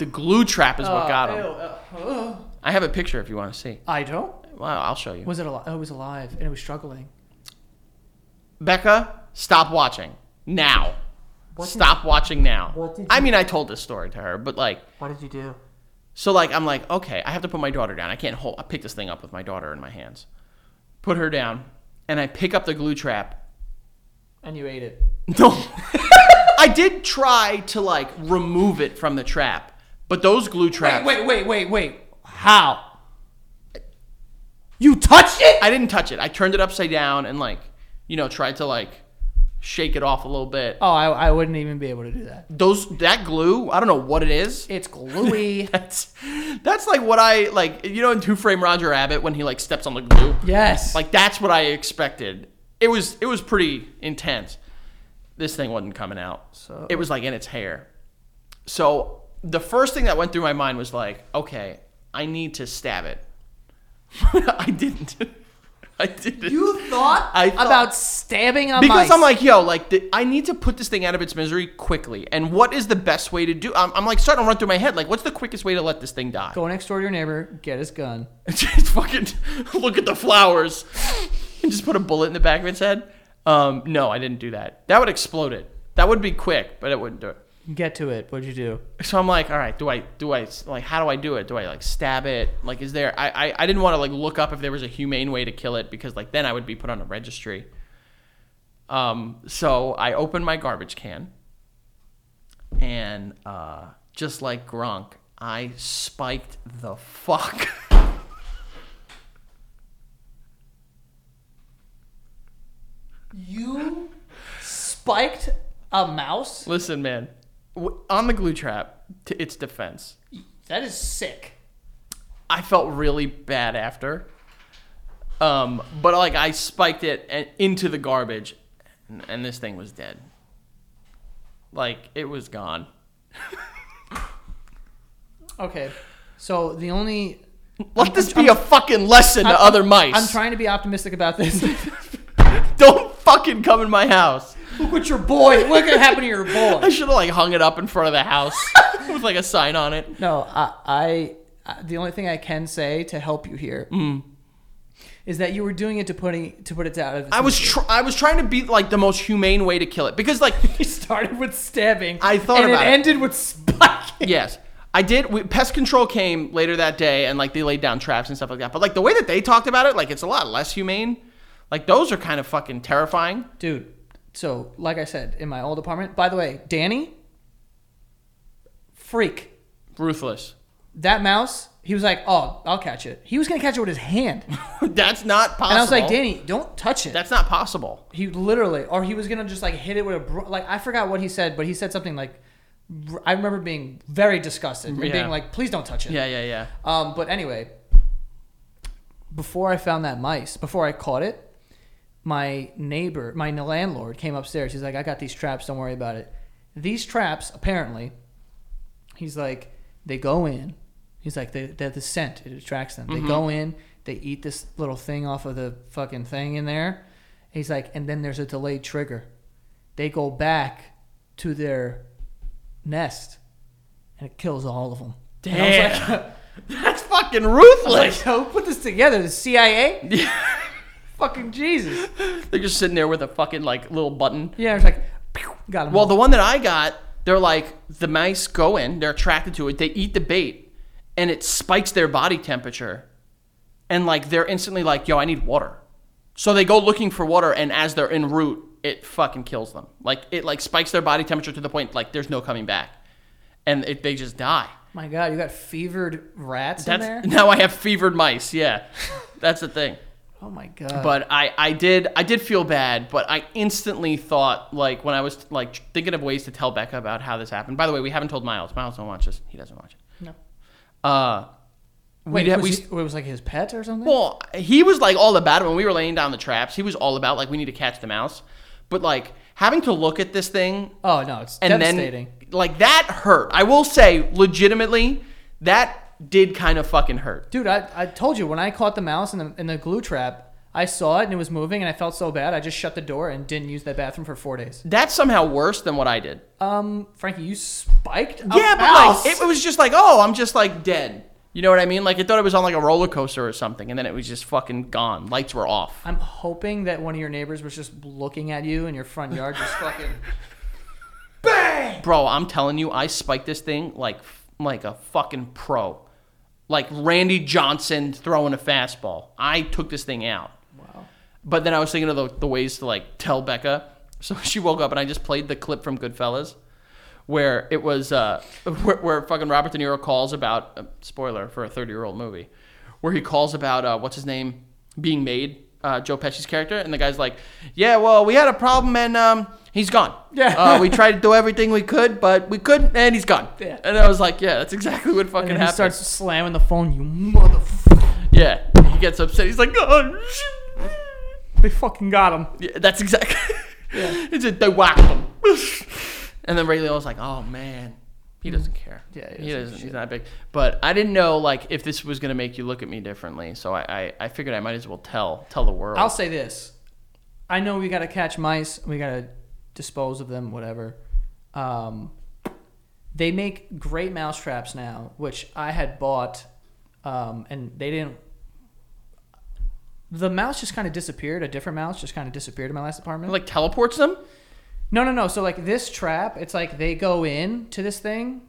The glue trap is Uh, what Oh, got him. I have a picture if you want to see. I don't. Wow, I'll show you. Was it alive? Oh, it was alive, and it was struggling. Becca, stop watching now. stop watching now. What did I mean, I told this story to her, but like, What did you do? so like, I'm like, okay, I have to put my daughter down. I can't hold. I pick this thing up with my daughter in my hands. Put her down, and I pick up the glue trap. And you ate it. No, I did try to like remove it from the trap, but those glue traps. Wait, wait, wait, wait. How? You touched it? I didn't touch it. I turned it upside down and like, you know, tried to like shake it off a little bit. Oh, I, I wouldn't even be able to do that. Those that glue, I don't know what it is. It's gluey. That's that's like what I like. You know, in Two Frame Roger Rabbit when he like steps on the glue. yes. Like that's what I expected. It was it was pretty intense. This thing wasn't coming out. So- it was like in its hair. So the first thing that went through my mind was like, okay, I need to stab it. I didn't. I didn't. you thought, I thought- about stabbing a because mice. I'm like, yo, like the, I need to put this thing out of its misery quickly. And what is the best way to do? I'm, I'm like starting to run through my head. Like, what's the quickest way to let this thing die? go next door to your neighbor, get his gun. just fucking look at the flowers and just put a bullet in the back of its head. Um, no, I didn't do that. That would explode it. That would be quick, but it wouldn't do it. Get to it. What'd you do? So I'm like, all right, do I do I like how do I do it? Do I like stab it? Like, is there? I I, I didn't want to like look up if there was a humane way to kill it because like then I would be put on a registry. Um, so I opened my garbage can, and uh, just like Gronk, I spiked the fuck. You spiked a mouse? Listen, man, w- on the glue trap, to its defense, That is sick. I felt really bad after. Um, but like I spiked it and into the garbage, and, and this thing was dead. Like it was gone. Okay. So the only Let this be a fucking lesson to I'm- other mice. I'm trying to be optimistic about this. Don't fucking come in my house. Look what your boy. Look what happened to your I boy. should have like hung it up in front of the house with like a sign on it. No, I, I. The only thing I can say to help you here is Mm. that you were doing it to putting to put it out of. its I was misery. tr- I was trying to be like the most humane way to kill it because like You started with stabbing. I thought and about it, it. ended with spiking. Yes. I I did. We, pest control came later that day, and like they laid down traps and stuff like that. But like the way that they talked about it, like it's a lot less humane. Like those are kind of fucking terrifying. dude. So, like I said, in my old apartment. By the way, Danny, freak. Ruthless. That mouse. He was like, "Oh, I'll catch it." He was gonna catch it with his hand, and That's not possible. I was like, "Danny, don't touch it." That's not possible. He literally, or he was gonna just like hit it with a bro- like I forgot what he said, but he said something like, I remember being very disgusted and Yeah. being like, "Please don't touch it." Yeah, yeah, yeah. Um, but anyway, before I found that mice, before I caught it, my neighbor, my landlord came upstairs. He's like, I got these traps. Don't worry about it. These traps, apparently, he's like, they go in. He's like, they, they're the scent. It attracts them. They go in. They eat this little thing off of the fucking thing in there. He's like, and then there's a delayed trigger. They go back to their nest, and it kills all of them. And I was like- That's fucking like, ruthless. yo, who put this together? The CIA? Fucking Jesus. They're just sitting there with a fucking like little button. Yeah, it's like, pew, got him. Well, the one that I got, they're like the mice go in, they're attracted to it, they eat the bait, and it spikes their body temperature, and like they're instantly like, "Yo, I need water," so they go looking for water, and as they're en route, it fucking kills them. Like it like spikes their body temperature to the point like there's no coming back, and it, they just die. my God, you got fevered rats That's in there? now I have fevered mice. Yeah, that's the thing. Oh my God. but I, I did I did feel bad, but I instantly thought like when I was like thinking of ways to tell Becca about how this happened. By the way, we haven't told Miles. Miles don't watch this. He doesn't watch it. no. Uh, Wait, we'd ha- was we- he- it was like his pet or something? well, he was like all about it when we were laying down the traps. He was all about like we need to catch the mouse, but like having to look at this thing oh, no, it's and devastating. then like that hurt. I will say legitimately that did kind of fucking hurt. Dude, I, I told you, when I caught the mouse in the, in the glue trap, I saw it and it was moving and I felt so bad. I just shut the door and didn't use that bathroom for four days. That's somehow worse than what I did. Um, Frankie, you spiked a Yeah, but mouse. like it was just like, oh, I'm just like dead. You know what I mean? Like it thought it was on like a roller coaster or something, and then it was just fucking gone. Lights were off. I'm hoping that one of your neighbors was just looking at you in your front yard, just fucking... Bro, I'm telling you, I spiked this thing like like a fucking pro. Like Randy Johnson throwing a fastball. I took this thing out. Wow. But then I was thinking of the, the ways to like tell Becca. So she woke up and I just played the clip from Goodfellas where it was uh, where, where fucking Robert De Niro calls about uh, spoiler for a 30 year old movie where he calls about uh, what's his name being made uh, Joe Pesci's character and the guy's like yeah well we had a problem and um, he's gone Yeah. uh, we tried to do everything we could but we couldn't and he's gone Yeah. and I was like yeah that's exactly what fucking And then he happened starts slamming the phone. You motherfucker! yeah he gets upset he's like oh shit. They fucking got him. Yeah, that's exactly. It's a they whacked him. and then Ray Liotta's like, "Oh man, he doesn't care. Mm-hmm. Yeah, he he doesn't doesn't. He's not big." But I didn't know like if this was gonna make you look at me differently, so I, I, I figured I might as well tell tell the world. I'll say this: I know we gotta catch mice. We gotta dispose of them. Whatever. Um, they make great mouse traps now, which I had bought, um, and they didn't. The mouse just kind of disappeared. A different mouse just kind of disappeared in my last apartment. like teleports them. No, no, no. So like this trap, it's like they go in to this thing,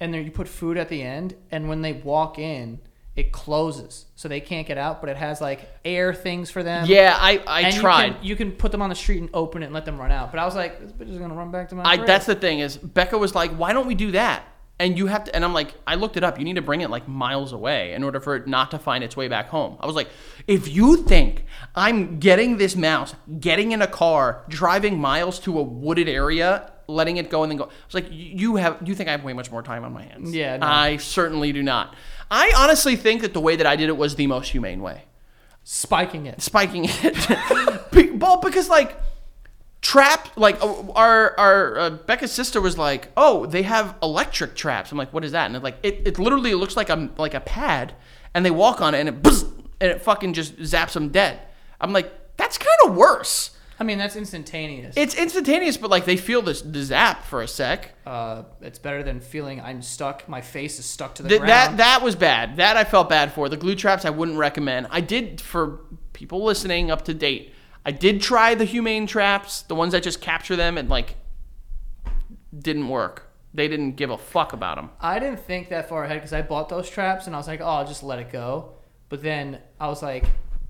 and then you put food at the end, and when they walk in, it closes, so they can't get out. But it has like air things for them. Yeah, I I And tried. You can, you can put them on the street and open it and let them run out. But I was like, this bitch is gonna run back to my. I crib. that's the thing is Becca was like, "Why don't we do that?" And you have to, and I'm like, I looked it up. You need to bring it like miles away in order for it not to find its way back home. I was like, if you think I'm getting this mouse, getting in a car, driving miles to a wooded area, letting it go and then go, I was like, you have, you think I have way much more time on my hands? Yeah, no. I certainly do not. I honestly think that the way that I did it was the most humane way spiking it. spiking it. Be- well, because like trap, like uh, our our uh, Becca's sister was like, oh, they have electric traps. I'm like, what is that? And it, like it, it literally looks like a like a pad, and they walk on it, and it buzz, and it fucking just zaps them dead. I'm like, that's kind of worse. I mean, that's instantaneous. It's instantaneous, but like they feel this the zap for a sec. uh, it's better than feeling I'm stuck. My face is stuck to the Th- ground. that that was bad. That I felt bad for. The glue traps I wouldn't recommend. I did for people listening up to date. I did try the humane traps, the ones that just capture them and like didn't work. They didn't give a fuck about him. I didn't think that far ahead because I bought those traps and I was like, oh, I'll just let it go. But then I was like,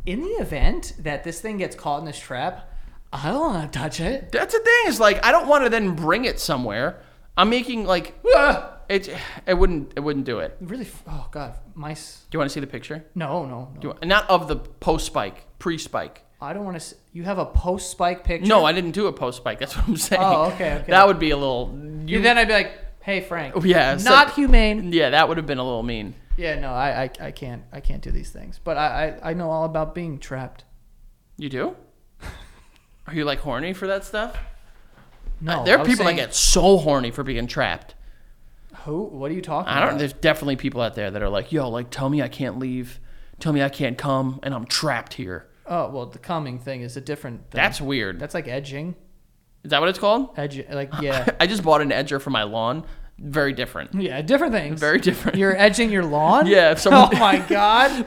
in the event that this thing gets caught in this trap, I don't want to touch it. That's the thing. Is like I don't want to then bring it somewhere. I'm making like ah, it. It wouldn't. It wouldn't do it. Do Really? f- Oh God, mice. you want to see the picture? No, no, Do no. you want, not of the post spike, pre spike. I don't want to. You have a post spike picture. No, I didn't do a post spike. That's what I'm saying. Oh, okay, okay. That would be a little. You, Oh, You, then I'd be like, hey Frank. yeah. so- Not humane. yeah, that would have been a little mean. Yeah, no, I, I, I can't, I can't do these things. But I, I, I know all about being trapped. You do? Are you like horny for that stuff? No, there Oh, are I was people saying- that get so horny for being trapped. Who? What are you talking? I don't. About? There's definitely people out there that are like, "Yo, like, tell me I can't leave, tell me I can't come, and I'm trapped here." Oh well, the coming thing is a different. Thing. That's weird. that's like edging, Is that what it's called? edge, like yeah, I just bought an edger for my lawn. Very different. yeah, different things. Very different. You're edging your lawn. Yeah, if someone- oh my god.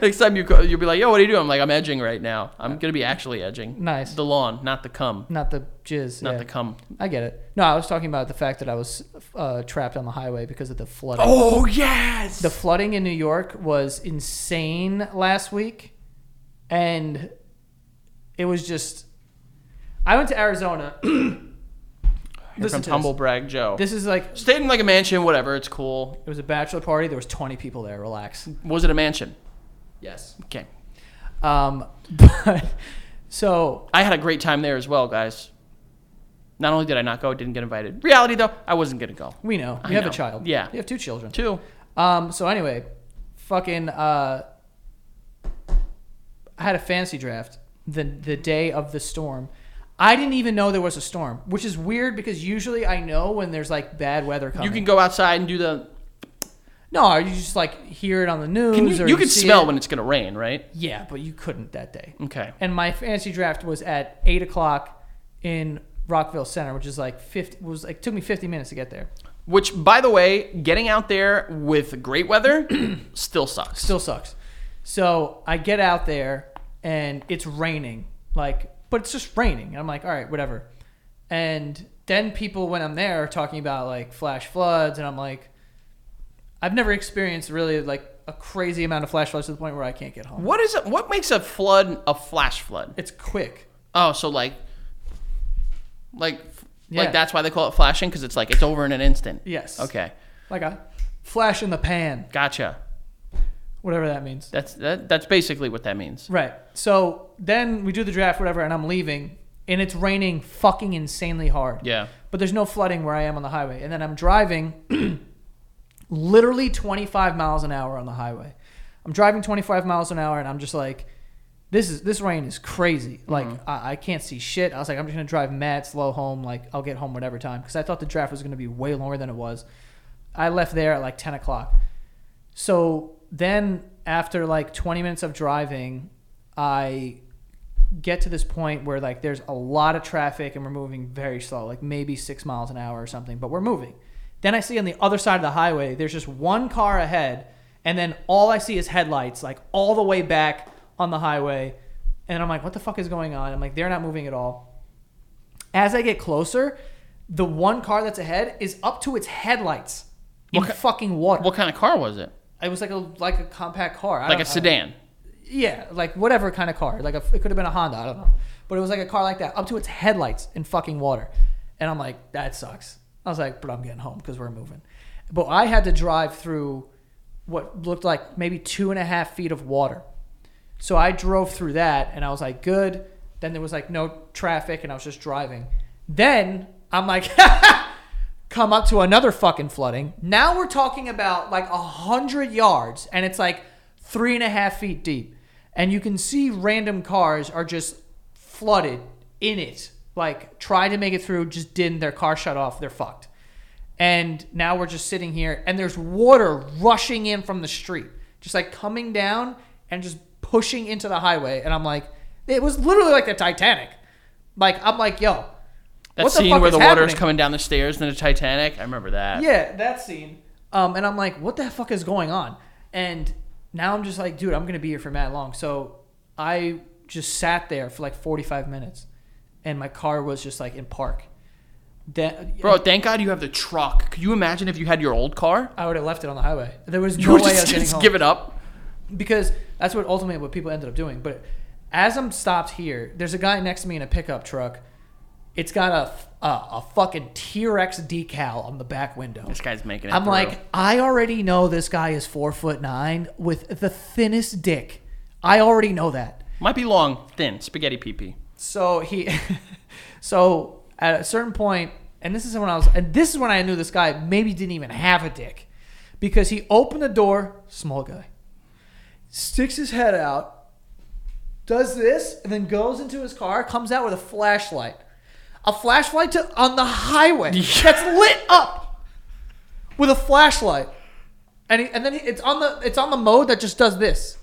Next time you go, you'll be like, "Yo, what are you doing?" I'm like, "I'm edging right now. I'm gonna be actually edging." Nice. The lawn, not the cum, Not the jizz. not yeah. the cum. I get it. No, I was talking about the fact that I was uh, trapped on the highway because of the flooding. Oh yes. The flooding in New York was insane last week, and it was just. I went to Arizona. Here listen comes to humble brag Joe. This is like it Stayed in like a mansion, whatever. It's cool. was a bachelor party. There was twenty people there. Relax. Was it a mansion? Yes. Okay. Um, but so I had a great time there as well, guys. Not only did I not go, I didn't get invited. Reality though, I wasn't gonna go. we know I you have know. a child. Yeah. you have two children. Two. Um. So anyway, fucking. Uh, I had a fantasy draft the the day of the storm. I didn't even know there was a storm, which is weird because usually I know when there's like bad weather coming. You can go outside and do the. no, you just like hear it on the news. Can you, or you can see smell it. when it's gonna rain, right? Yeah, but you couldn't that day. Okay. And my fantasy draft was at eight o'clock in Rockville Center, which is like fifty. Was like took me fifty minutes to get there. Which, by the way, getting out there with great weather still sucks. Still sucks. So I get out there and it's raining, like, but it's just raining. And I'm like, all right, whatever. And then people, when I'm there, are talking about like flash floods, and I'm like, I've never experienced really like a crazy amount of flash floods to the point where I can't get home. What is it? What makes a flood a flash flood? It's quick. Oh, so like, like, Yeah. like that's why they call it flashing because it's like it's over in an instant. Yes. Okay, Like a flash in the pan, gotcha. whatever that means. That's that, that's basically what that means. Right. So then we do the draft, whatever, and I'm leaving, and it's raining fucking insanely hard. Yeah. But there's no flooding where I am on the highway. And then I'm driving literally 25 miles an hour on the highway. I'm driving 25 miles an hour, and I'm just like, this is this rain is crazy. Like I, I can't see shit. I was like, I'm just gonna drive mad slow home. Like I'll get home whatever time because I thought the draft was gonna be way longer than it was. I left there at like 10 o'clock. So then, after like 20 minutes of driving, I get to this point where like there's a lot of traffic and we're moving very slow, like maybe six miles an hour or something, but we're moving. Then I see on the other side of the highway, there's just one car ahead, and then all I see is headlights, like all the way back on the highway. And I'm like, what the fuck is going on? I'm like, they're not moving at all as I get closer, the one car that's ahead is up to its headlights in What ki- fucking water. What kind of car was it? it was like a like a compact car, I Like a don't- I- sedan. yeah, like whatever kind of car. Like a, it could have been a Honda, I don't know, but it was like a car like that, up to its headlights in fucking water. And I'm like, that sucks. I was like, but I'm getting home because we're moving. But I had to drive through what looked like maybe two and a half feet of water. So I drove through that, and I was like, good. Then there was like no traffic, and I was just driving. Then I'm like, come up to another fucking flooding. Now we're talking about like a hundred yards, and it's like three and a half feet deep, and you can see random cars are just flooded in it. Like tried to make it through, just didn't. Their car shut off. They're fucked. And now we're just sitting here, and there's water rushing in from the street, just like coming down and just pushing into the highway. And I'm like, it was literally like the Titanic. Like I'm like, yo, That what the scene fuck where is the water is happening? coming down the stairs in the Titanic. I remember that. Yeah, that scene. Um, and I'm like, what the fuck is going on? And now I'm just like, dude, I'm gonna be here for mad long. So I just sat there for like 45 minutes, and my car was just like in park. That, Bro, thank God you have the truck. Could you imagine if you had your old car? I would have left it on the highway. There was You no way would I was just, getting just home. give it up. because that's what ultimately what people ended up doing. But as I'm stopped here, there's a guy next to me in a pickup truck. It's got a a, a fucking T-Rex decal on the back window. This guy's making it. I'm through. like, I already know this guy is four foot nine with the thinnest dick. I already know that. might be long, thin, spaghetti pee pee. So he, so at a certain point, and this is when I was, and this is when I knew this guy maybe didn't even have a dick, because he opened the door, small guy, sticks his head out, does this, and then goes into his car, comes out with a flashlight, a flashlight to on the highway that's lit up with a flashlight, and he, and then he, it's on the it's on the mode that just does this,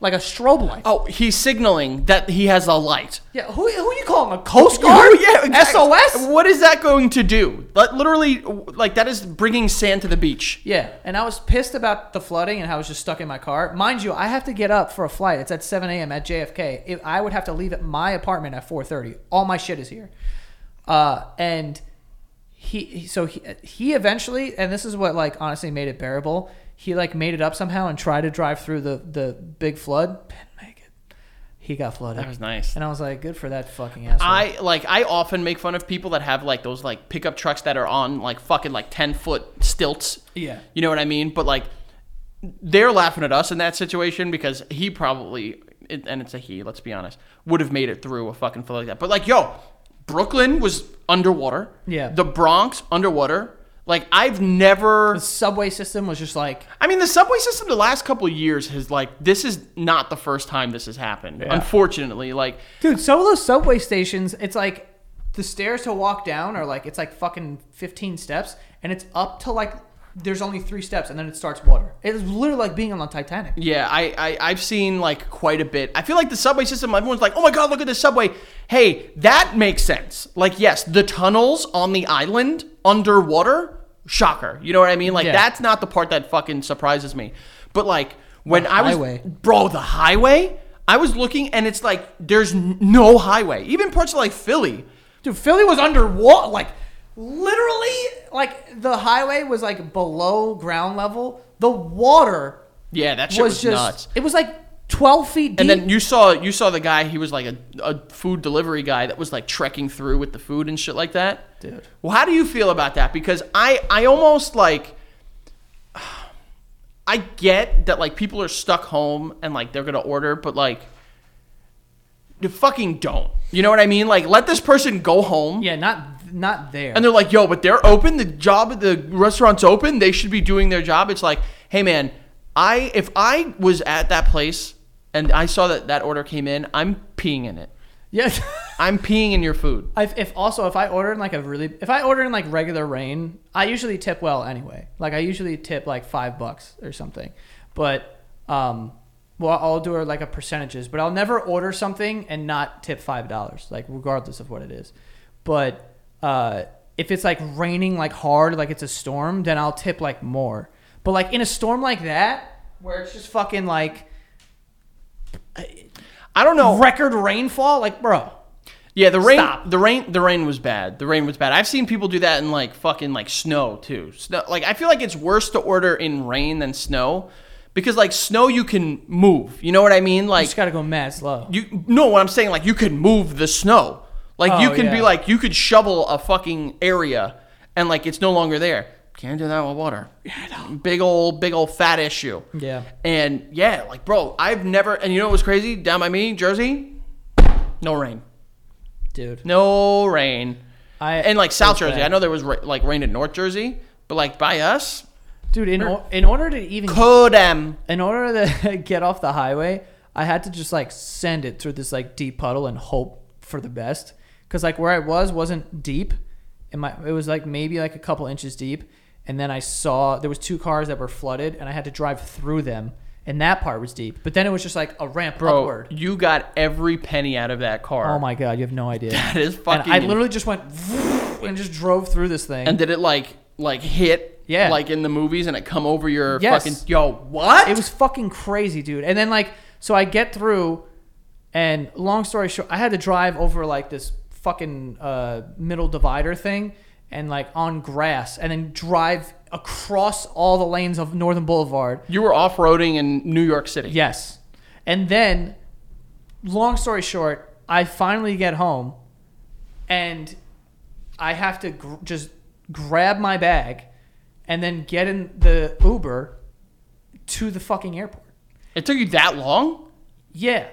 like a strobe light. Oh, he's signaling that he has a light. Yeah, who, who are you calling? A Coast Guard? SOS? What is that going to do? But literally, like that is bringing sand to the beach. Yeah, and I was pissed about the flooding and how I was just stuck in my car. Mind you, I have to get up for a flight. It's at 7 a.m. at JFK. If I would have to leave at my apartment at 4.30. All my shit is here. Uh, and he, he- so he, he eventually, and this is what like honestly made it bearable. He like made it up somehow and tried to drive through the, the big flood. Didn't make it. He got flooded. That was nice. And I was like, good for that fucking asshole. I like I often make fun of people that have like those like pickup trucks that are on like fucking like ten foot stilts. Yeah. You know what I mean? But like they're laughing at us in that situation because he probably it, and it's a he, let's be honest, would have made it through a fucking flood like that. But like, yo, Brooklyn was underwater. Yeah. The Bronx underwater. Like I've never the subway system was just like, I mean, the subway system the last couple of years has like this is not the first time this has happened. Unfortunately, like Dude, some of those subway stations, it's like the stairs to walk down are like it's like fucking fifteen steps, and it's up to like there's only three steps, and then it starts water. It's literally like being on the Titanic. Yeah, I, I I've seen like quite a bit. I feel like the subway system. Everyone's like, oh my god, look at the subway. Hey, that makes sense. Like, yes, the tunnels on the island underwater. Shocker. You know what I mean? Like, Yeah. that's not the part that fucking surprises me. But like when I was highway. bro, the highway. I was looking and it's like there's n- no highway. Even parts of like Philly. Dude, Philly was underwater, like literally, like the highway was like below ground level. The water Yeah, that shit was, was, just nuts. it was like twelve feet deep. And then you saw you saw the guy. He was like a, a food delivery guy that was like trekking through with the food and shit like that. Dude. Well, how do you feel about that? Because I I almost like I get that like people are stuck home and like they're gonna order, but like you fucking don't. You know what I mean? Like let this person go home. yeah, not not there. And they're like, yo, but they're open. The job, the restaurant's open. They should be doing their job. It's like, hey, man, I if I was at that place and I saw that that order came in, I'm peeing in it. yeah. I'm peeing in your food. If, if also if I order in like a really if I order in like regular rain, I usually tip well anyway. Like I usually tip like five bucks or something. But um, well I'll do it like a percentages, but I'll never order something and not tip five dollars, like regardless of what it is. But uh, if it's like raining like hard, like it's a storm, then I'll tip like more. But like in a storm like that, where it's just fucking like I don't know. record rainfall, like bro, Yeah, the rain, Stop. the rain, the rain was bad. The rain was bad. I've seen people do that in like fucking like snow too. Snow, like I feel like it's worse to order in rain than snow, because like snow you can move. You know what I mean? you Like just gotta go mad slow. you no what i'm saying like you could move the snow like you Oh, can be yeah. like you could shovel a fucking area and like it's no longer there can't do that with water big old big old fat issue Yeah. and yeah like bro i've never and you know what was crazy down by me jersey no rain Dude. no rain I and like it south was jersey bad. i know there was ra- like rain in north jersey but like by us Dude, in or, in order to even code em. in order to get off the highway, I had to just like send it through this like deep puddle and hope for the best. Cause like where I was wasn't deep, and my it was like maybe like a couple inches deep, and then I saw there was two cars that were flooded, and I had to drive through them, and that part was deep. But then it was just like a ramp bro upward. you got every penny out of that car Oh my god, you have no idea. that is and fucking I literally just went and just drove through this thing. And did it like like hit Yeah. like in the movies and it come over your Yes. fucking yo what? It was fucking crazy, dude. And then like, so I get through, and long story short, I had to drive over like this fucking uh, middle divider thing, and like on grass and then drive across all the lanes of Northern Boulevard. You were off roading in New York City. Yes. And then, long story short, I finally get home and I have to gr- just grab my bag and then get in the Uber to the fucking airport. It took you that long? Yeah.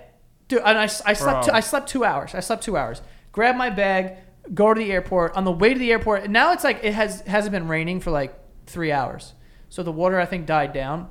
Dude, and I, I slept Bro. two, I slept two hours. I slept two hours. Grab my bag, go to the airport. On the way to the airport, and now it's like it has hasn't been raining for like three hours, so the water I think died down.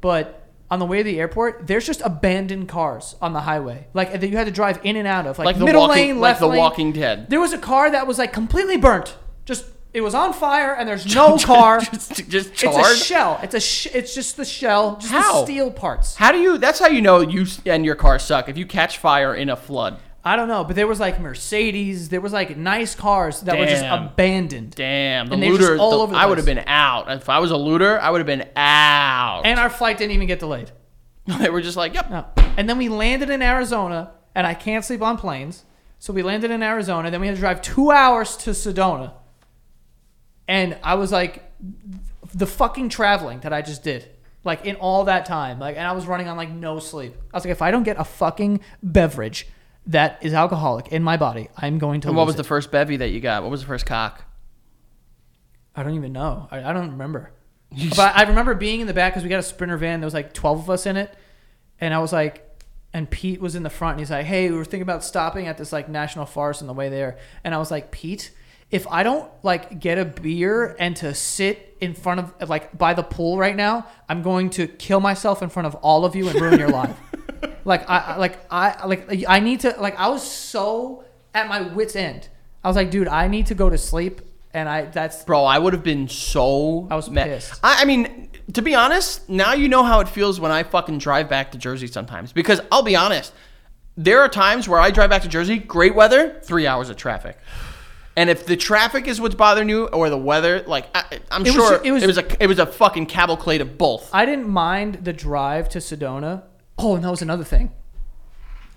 But on the way to the airport, there's just abandoned cars on the highway, like that you had to drive in and out of, like, Like the middle walking, lane, like left the lane. Walking Dead. There was a car that was like completely burnt. Just it was on fire, and there's no car. just, just It's a charred. shell. It's a sh- it's just the shell, just How? the steel parts. How do you? That's how you know you s- and your car suck. If you catch fire in a flood, I don't know, but there was like Mercedes, there was like nice cars that were just Damn. abandoned. damn, the And they're just looter. all the- over the I would have place. been out if I was a looter. I would have been out. And our flight didn't even get delayed. they were just like, yep. No. And then we landed in Arizona, and I can't sleep on planes. So we landed in Arizona, then we had to drive two hours to Sedona. And I was like, the fucking traveling that I just did, like in all that time, like, and I was running on like no sleep. I was like, if I don't get a fucking beverage that is alcoholic in my body, I'm going to. And what was lose it. the first bevy that you got? What was the first cock? I don't even know. I, I don't remember. but I remember being in the back because we got a sprinter van. There was like twelve of us in it, and I was like, and Pete was in the front, and he's like, "Hey, we were thinking about stopping at this like national forest on the way there," and I was like, "Pete, if I don't like get a beer and to sit in front of like by the pool right now, I'm going to kill myself in front of all of you and ruin your life." Like I I- like I like I need to like I was so at my wits end. I was like, dude, I need to go to sleep, and I that's Bro, I would have been so. I was mad. pissed. I, I mean, to be honest, now you know how it feels when I fucking drive back to Jersey sometimes. Because I'll be honest, there are times where I drive back to Jersey, great weather, three hours of traffic. And if the traffic is what's bothering you, or the weather, like I, I'm It was sure ju- it it, was, was- a it was a fucking cavalcade of both. I didn't mind the drive to Sedona. Oh, and that was another thing.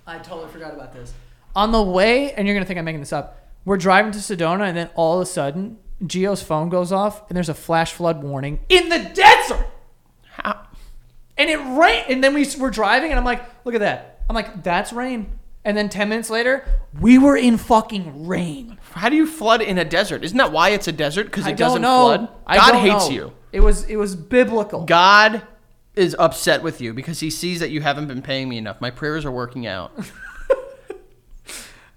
I totally forgot about this. On the way, and you're gonna think I'm making this up. We're driving to Sedona, and then all of a sudden, Geo's phone goes off, and there's a flash flood warning in the desert, How- and it rain. And then we s- were driving, and I'm like, look at that. I'm like, that's rain. And then ten minutes later, we were in fucking rain. How do you flood in a desert? Isn't that why it's a desert? Because it I doesn't don't know. flood. I God don't hates know. you. It was it was biblical. God is upset with you because he sees that you haven't been paying me enough. My prayers are working out.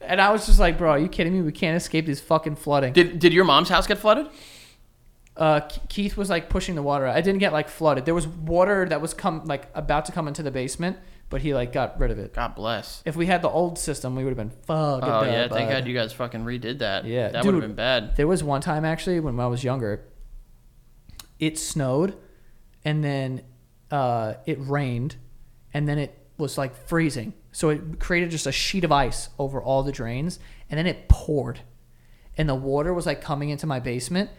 And I was just like, bro, are you kidding me? We can't escape this fucking flooding. Did did your mom's house get flooded? uh, Ke- Keith was like pushing the water. out. I didn't get like flooded. There was water that was come like about to come into the basement, but he like got rid of it. God bless. If we had the old system, we would have been fucking. Oh yeah, bad, thank bud. God you guys fucking redid that. Yeah, that would have dude. been bad. There was one time actually when I was younger, it snowed, and then uh, it rained, and then it was like freezing. So it created just a sheet of ice over all the drains, and then it poured, and the water was like coming into my basement.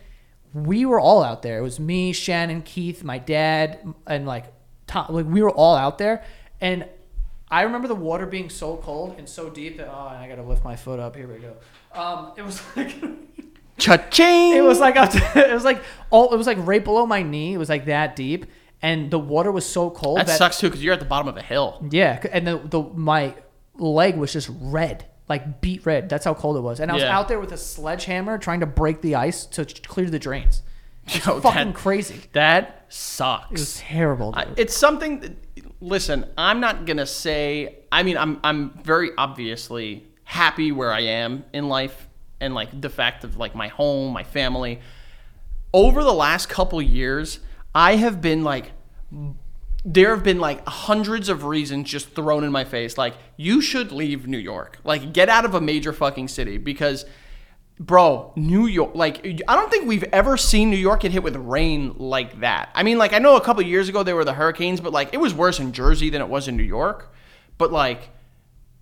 We were all out there. It was me, Shannon, Keith, my dad, and like Tom. Like we were all out there, and I remember the water being so cold and so deep that oh, I gotta lift my foot up. Here we go. Um, it was like. Cha-ching. It was like up to, it was like all it was like right below my knee. It was like that deep, and the water was so cold that, that, sucks too because you're at the bottom of a hill. yeah, c- and the, the my leg was just red, like beet red. That's how cold it was, and I was Yeah. out there with a sledgehammer trying to break the ice to ch- clear the drains. Yo, Fucking that, crazy. that It was sucks. terrible. I- dude. it's something. That, listen, I'm not gonna say. I mean, I'm I'm very obviously happy where I am in life and like the fact of like my home, my family. Over the last couple years, I have been like. There have been like hundreds of reasons just thrown in my face. Like, you should leave New York. Like, get out of a major fucking city because, bro, New York. Like, I don't think we've ever seen New York get hit with rain like that. I mean, like, I know a couple years ago there were the hurricanes, but like, it was worse in Jersey than it was in New York. But like,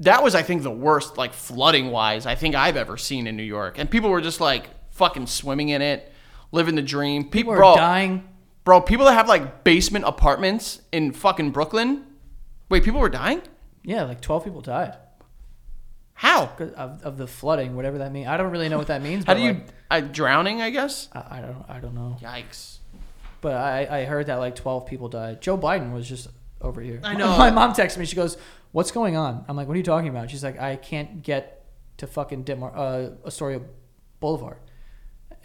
that was, I think, the worst, like, flooding wise, I think I've ever seen in New York. And people were just like fucking swimming in it, living the dream. People We're bro, dying. Bro, people that have like basement apartments in fucking Brooklyn. Wait, people were dying? Yeah, like twelve people died. How? 'Cause of, of the flooding, whatever that means. I don't really know what that means. How but do you like, uh, drowning? I guess. I, I don't. I don't know. Yikes. But I, I heard that like 12 people died. Joe Biden was just over here. I know. My mom texted me. She goes, "What's going on?" I'm like, "What are you talking about?" She's like, "I can't get to fucking Dimar- uh, Astoria Boulevard."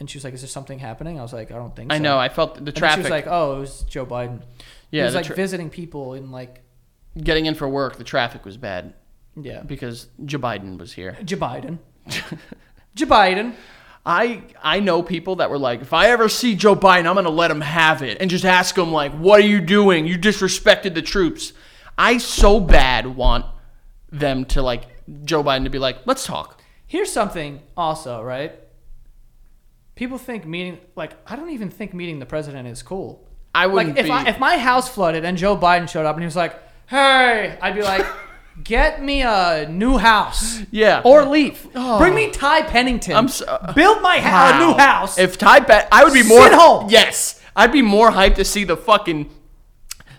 And she was like, "Is there something happening?" I was like, "I don't think so." I know. I felt the And then traffic. She was like, "Oh, it was Joe Biden." Yeah, He was the like tra- visiting people in like getting in for work, the traffic was bad yeah, because Joe Biden was here. Joe Biden. Joe Biden. I I know people that were like, if I ever see Joe Biden, I'm gonna let him have it, and just ask him like, what are you doing? You disrespected the troops. I so bad want them to like Joe Biden to be like, let's talk. Here's something also, right? People think meeting like I don't even think meeting the president is cool. I like wouldn't if be. I, if my house flooded and Joe Biden showed up and he was like, "Hey," I'd be like, "Get me a new house." Yeah. Oh. Or leave. Bring me Ty Pennington. I'm so- uh, Build my ha- a Wow. new house. If Ty Bet, I would be more. Sit home. Yes, I'd be more hyped to see the fucking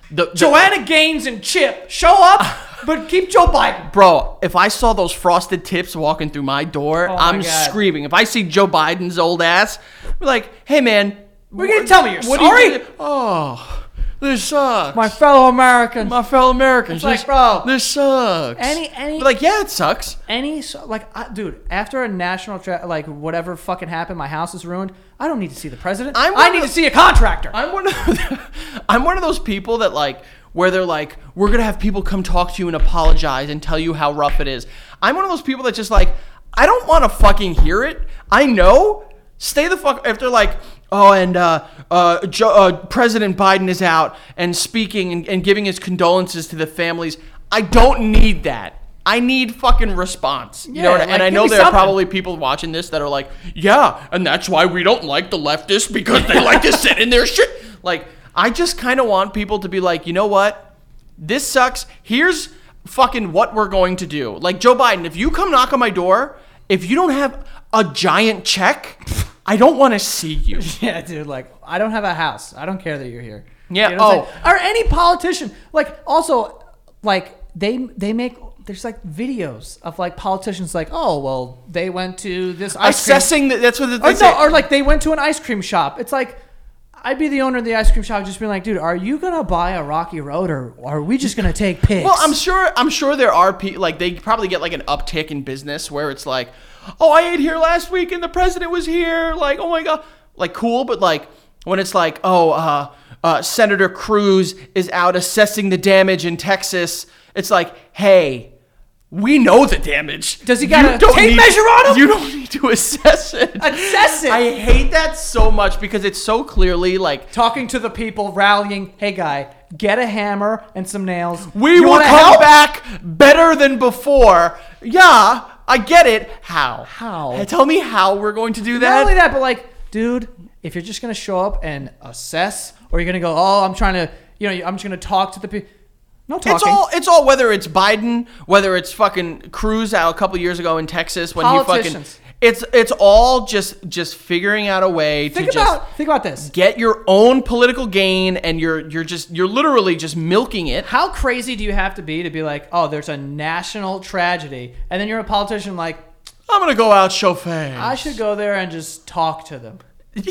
the, the Joanna Gaines and Chip show up, but keep Joe Biden. Bro, if I saw those frosted tips walking through my door, Oh my I'm God. screaming. If I see Joe Biden's old ass, I'm like, hey man, What are you gonna tell me? You're do you sorry? do? oh, this sucks. My fellow Americans. My fellow Americans, It's like, this, bro, this sucks. any- any- Be like, yeah, it sucks. any so, like I, dude after a national tra- like whatever fucking happened my house is ruined i don't need to see the president I'm i one need of- to see a contractor I'm one of I'm one of those people that like where they're like, we're gonna have people come talk to you and apologize and tell you how rough it is. I'm one of those people that just like, I don't want to fucking hear it. I know. Stay the fuck. If they're like, oh, and uh, uh, Joe, uh, President Biden is out and speaking and, and giving his condolences to the families. I don't need that. I need fucking response. You know, Yeah, what I- like, and I give know me there are something. probably people watching this that are like, yeah, and that's why we don't like the leftists because they like to sit in their shit. Like, I just kind of want people to be like, you know what? This sucks. Here's fucking what we're going to do. Like, Joe Biden, if you come knock on my door, if you don't have a giant check, I don't want to see you. yeah dude like i don't have a house i don't care that you're here Yeah, You know what I'm oh. saying? or any politician like also like they they make there's like videos of like politicians like oh well they went to this ice cream Assessing that, that's what the or, thing no, or like they went to an ice cream shop. It's like I'd be the owner of the ice cream shop, just being like, dude, are you gonna buy a rocky road or, are we just gonna take pics? Well, I'm sure. I'm sure there are people like they probably get like an uptick in business where it's like, oh, I ate here last week and the president was here. Like, oh my god, like cool. But like when it's like, oh, uh, uh, Senator Cruz is out assessing the damage in Texas. It's like, hey, we know the damage. Does he You got a don't tape need- measure on him? You don't need to assess it. Assess it. I hate that so much because it's so clearly like talking to the people, rallying. Hey, guy, get a hammer and some nails. We You will come wanna help?" back better than before. Yeah, I get it. How? How? Tell me how we're going to do Not only that. that, but like, dude, if you're just gonna show up and assess, or you're gonna go, oh, I'm trying to, you know, I'm just gonna talk to the people. No talking. It's all it's all whether it's Biden, whether it's fucking Cruz out a couple years ago in Texas when he fucking Politicians. it's it's all just just figuring out a way think to just about think about this. get your own political gain and you're you're just you're literally just milking it. How crazy do you have to be to be like, oh, there's a national tragedy, and then you're a politician like, I'm gonna go out show face. I should go there and just talk to them.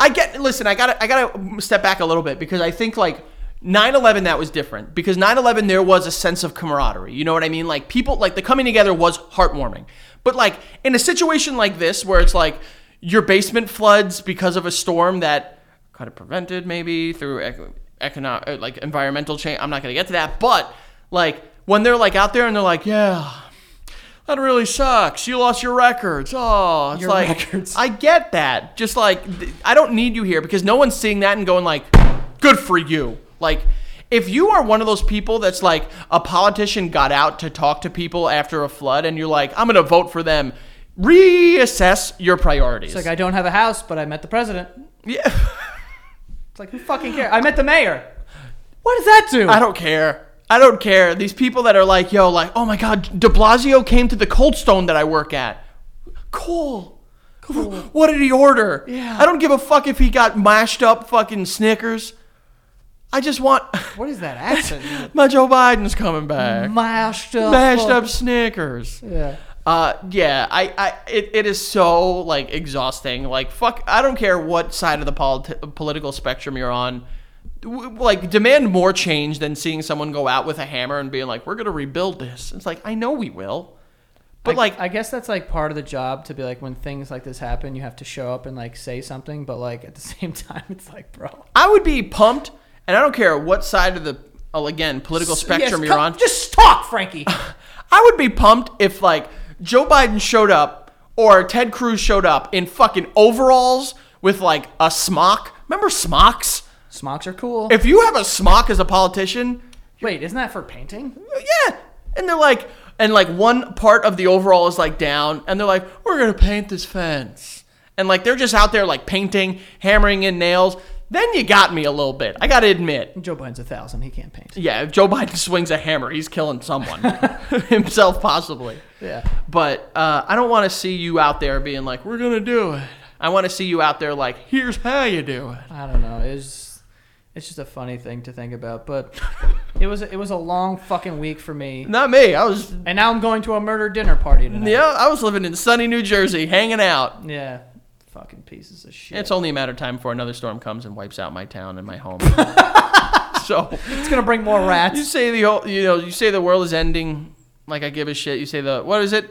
I get listen, I gotta I gotta step back a little bit because I think like 9-11 that was different because 9-11 there was a sense of camaraderie you know what i mean like people like the coming together was heartwarming but like in a situation like this where it's like your basement floods because of a storm that kind of prevented maybe through economic like environmental change i'm not gonna get to that but like when they're like out there and they're like yeah that really sucks. You lost your records. Oh, it's Your like records. I get that. Just like th- I don't need you here because no one's seeing that and going like, "Good for you." Like if you are one of those people that's like a politician got out to talk to people after a flood and you're like, "I'm going to vote for them." Reassess your priorities. It's like I don't have a house, but I met the president. yeah. It's like who fucking cares? I met the mayor. What does that do? I don't care. I don't care. These people that are like, yo, like, oh my God, De Blasio came to the Cold Stone that I work at. Cool. What did he order? Yeah. I don't give a fuck if he got mashed up fucking Snickers. I just want What is that accent? my Joe Biden's coming back. Mashed up. Mashed up Snickers. Yeah. Uh, yeah, I, I, it, it is so like exhausting. Like, fuck, I don't care what side of the polit- political spectrum you're on. W- Like, demand more change than seeing someone go out with a hammer and being like, "We're gonna rebuild this." It's like, I know we will, but I- like, I guess that's like part of the job to be like when things like this happen, you have to show up and like say something, but like at the same time, it's like, bro, I would be pumped, and I don't care what side of the oh, again political spectrum Yes, you're come- on. Just talk, Frankie. I would be pumped if like Joe Biden showed up or Ted Cruz showed up in fucking overalls with like a smock. Remember smocks? Smocks are cool. If you have a smock as a politician, Wait, isn't that for painting? yeah, and they're like, and like one part of the overall is like down, and they're like, we're gonna paint this fence, and like they're just out there like painting, hammering in nails. Then you got me a little bit. I gotta admit. Joe Biden's a thousand. He can't paint. Yeah, if Joe Biden swings a hammer, he's killing someone, himself possibly. Yeah. But uh, I don't want to see you out there being like, we're gonna do it. I want to see you out there like, here's how you do it. I don't know. It's it's just a funny thing to think about, but it was it was a long fucking week for me, Not me. I was and now I'm going to a murder dinner party tonight. yeah, I was living in sunny New Jersey, hanging out. Yeah. Fucking pieces of shit. It's It's, only a matter of time before another storm comes and wipes out my town and my home. so gonna bring more you rats. say the whole- you know you say the world is ending like I give a shit. You say the what is it?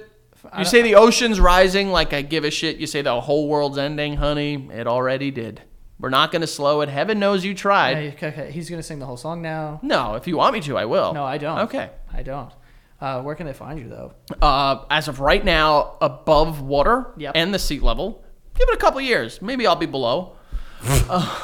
You don't- say the ocean's rising like I give a shit. You say the whole world's ending, honey. It already did. We're not gonna slow it. Heaven knows you tried. Hey, okay, okay, He's gonna sing the whole song now. No, if you want me to, I will. No, I don't. Okay. I don't. Uh, where can they find you though? Uh, as of right now, above water Yep. and the sea level. Give it a couple years. Maybe I'll be below. uh,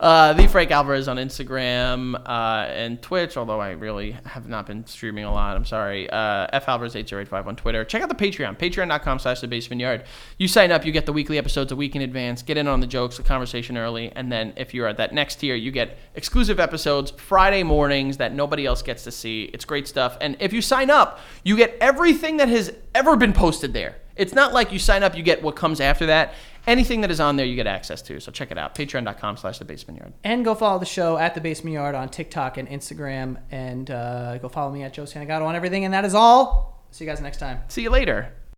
uh, the Frank Alvarez on Instagram uh, and Twitch, although I really have not been streaming a lot. I'm sorry. Uh, F Alvarez 8085 on Twitter. Check out the Patreon, patreon.com slash the basement yard. You sign up, you get the weekly episodes a week in advance, get in on the jokes, the conversation early, and then if you're at that next tier, you get exclusive episodes Friday mornings that nobody else gets to see. It's great stuff. And if you sign up, you get everything that has ever been posted there. It's not like you sign up, you get what comes after that. Anything that is on there, you get access to. So check it out. Patreon.com slash the basement yard. And go follow the show at the Basement Yard on TikTok and Instagram, and uh, go follow me at Joe Santagato on everything. And that is all. See you guys next time. See you later.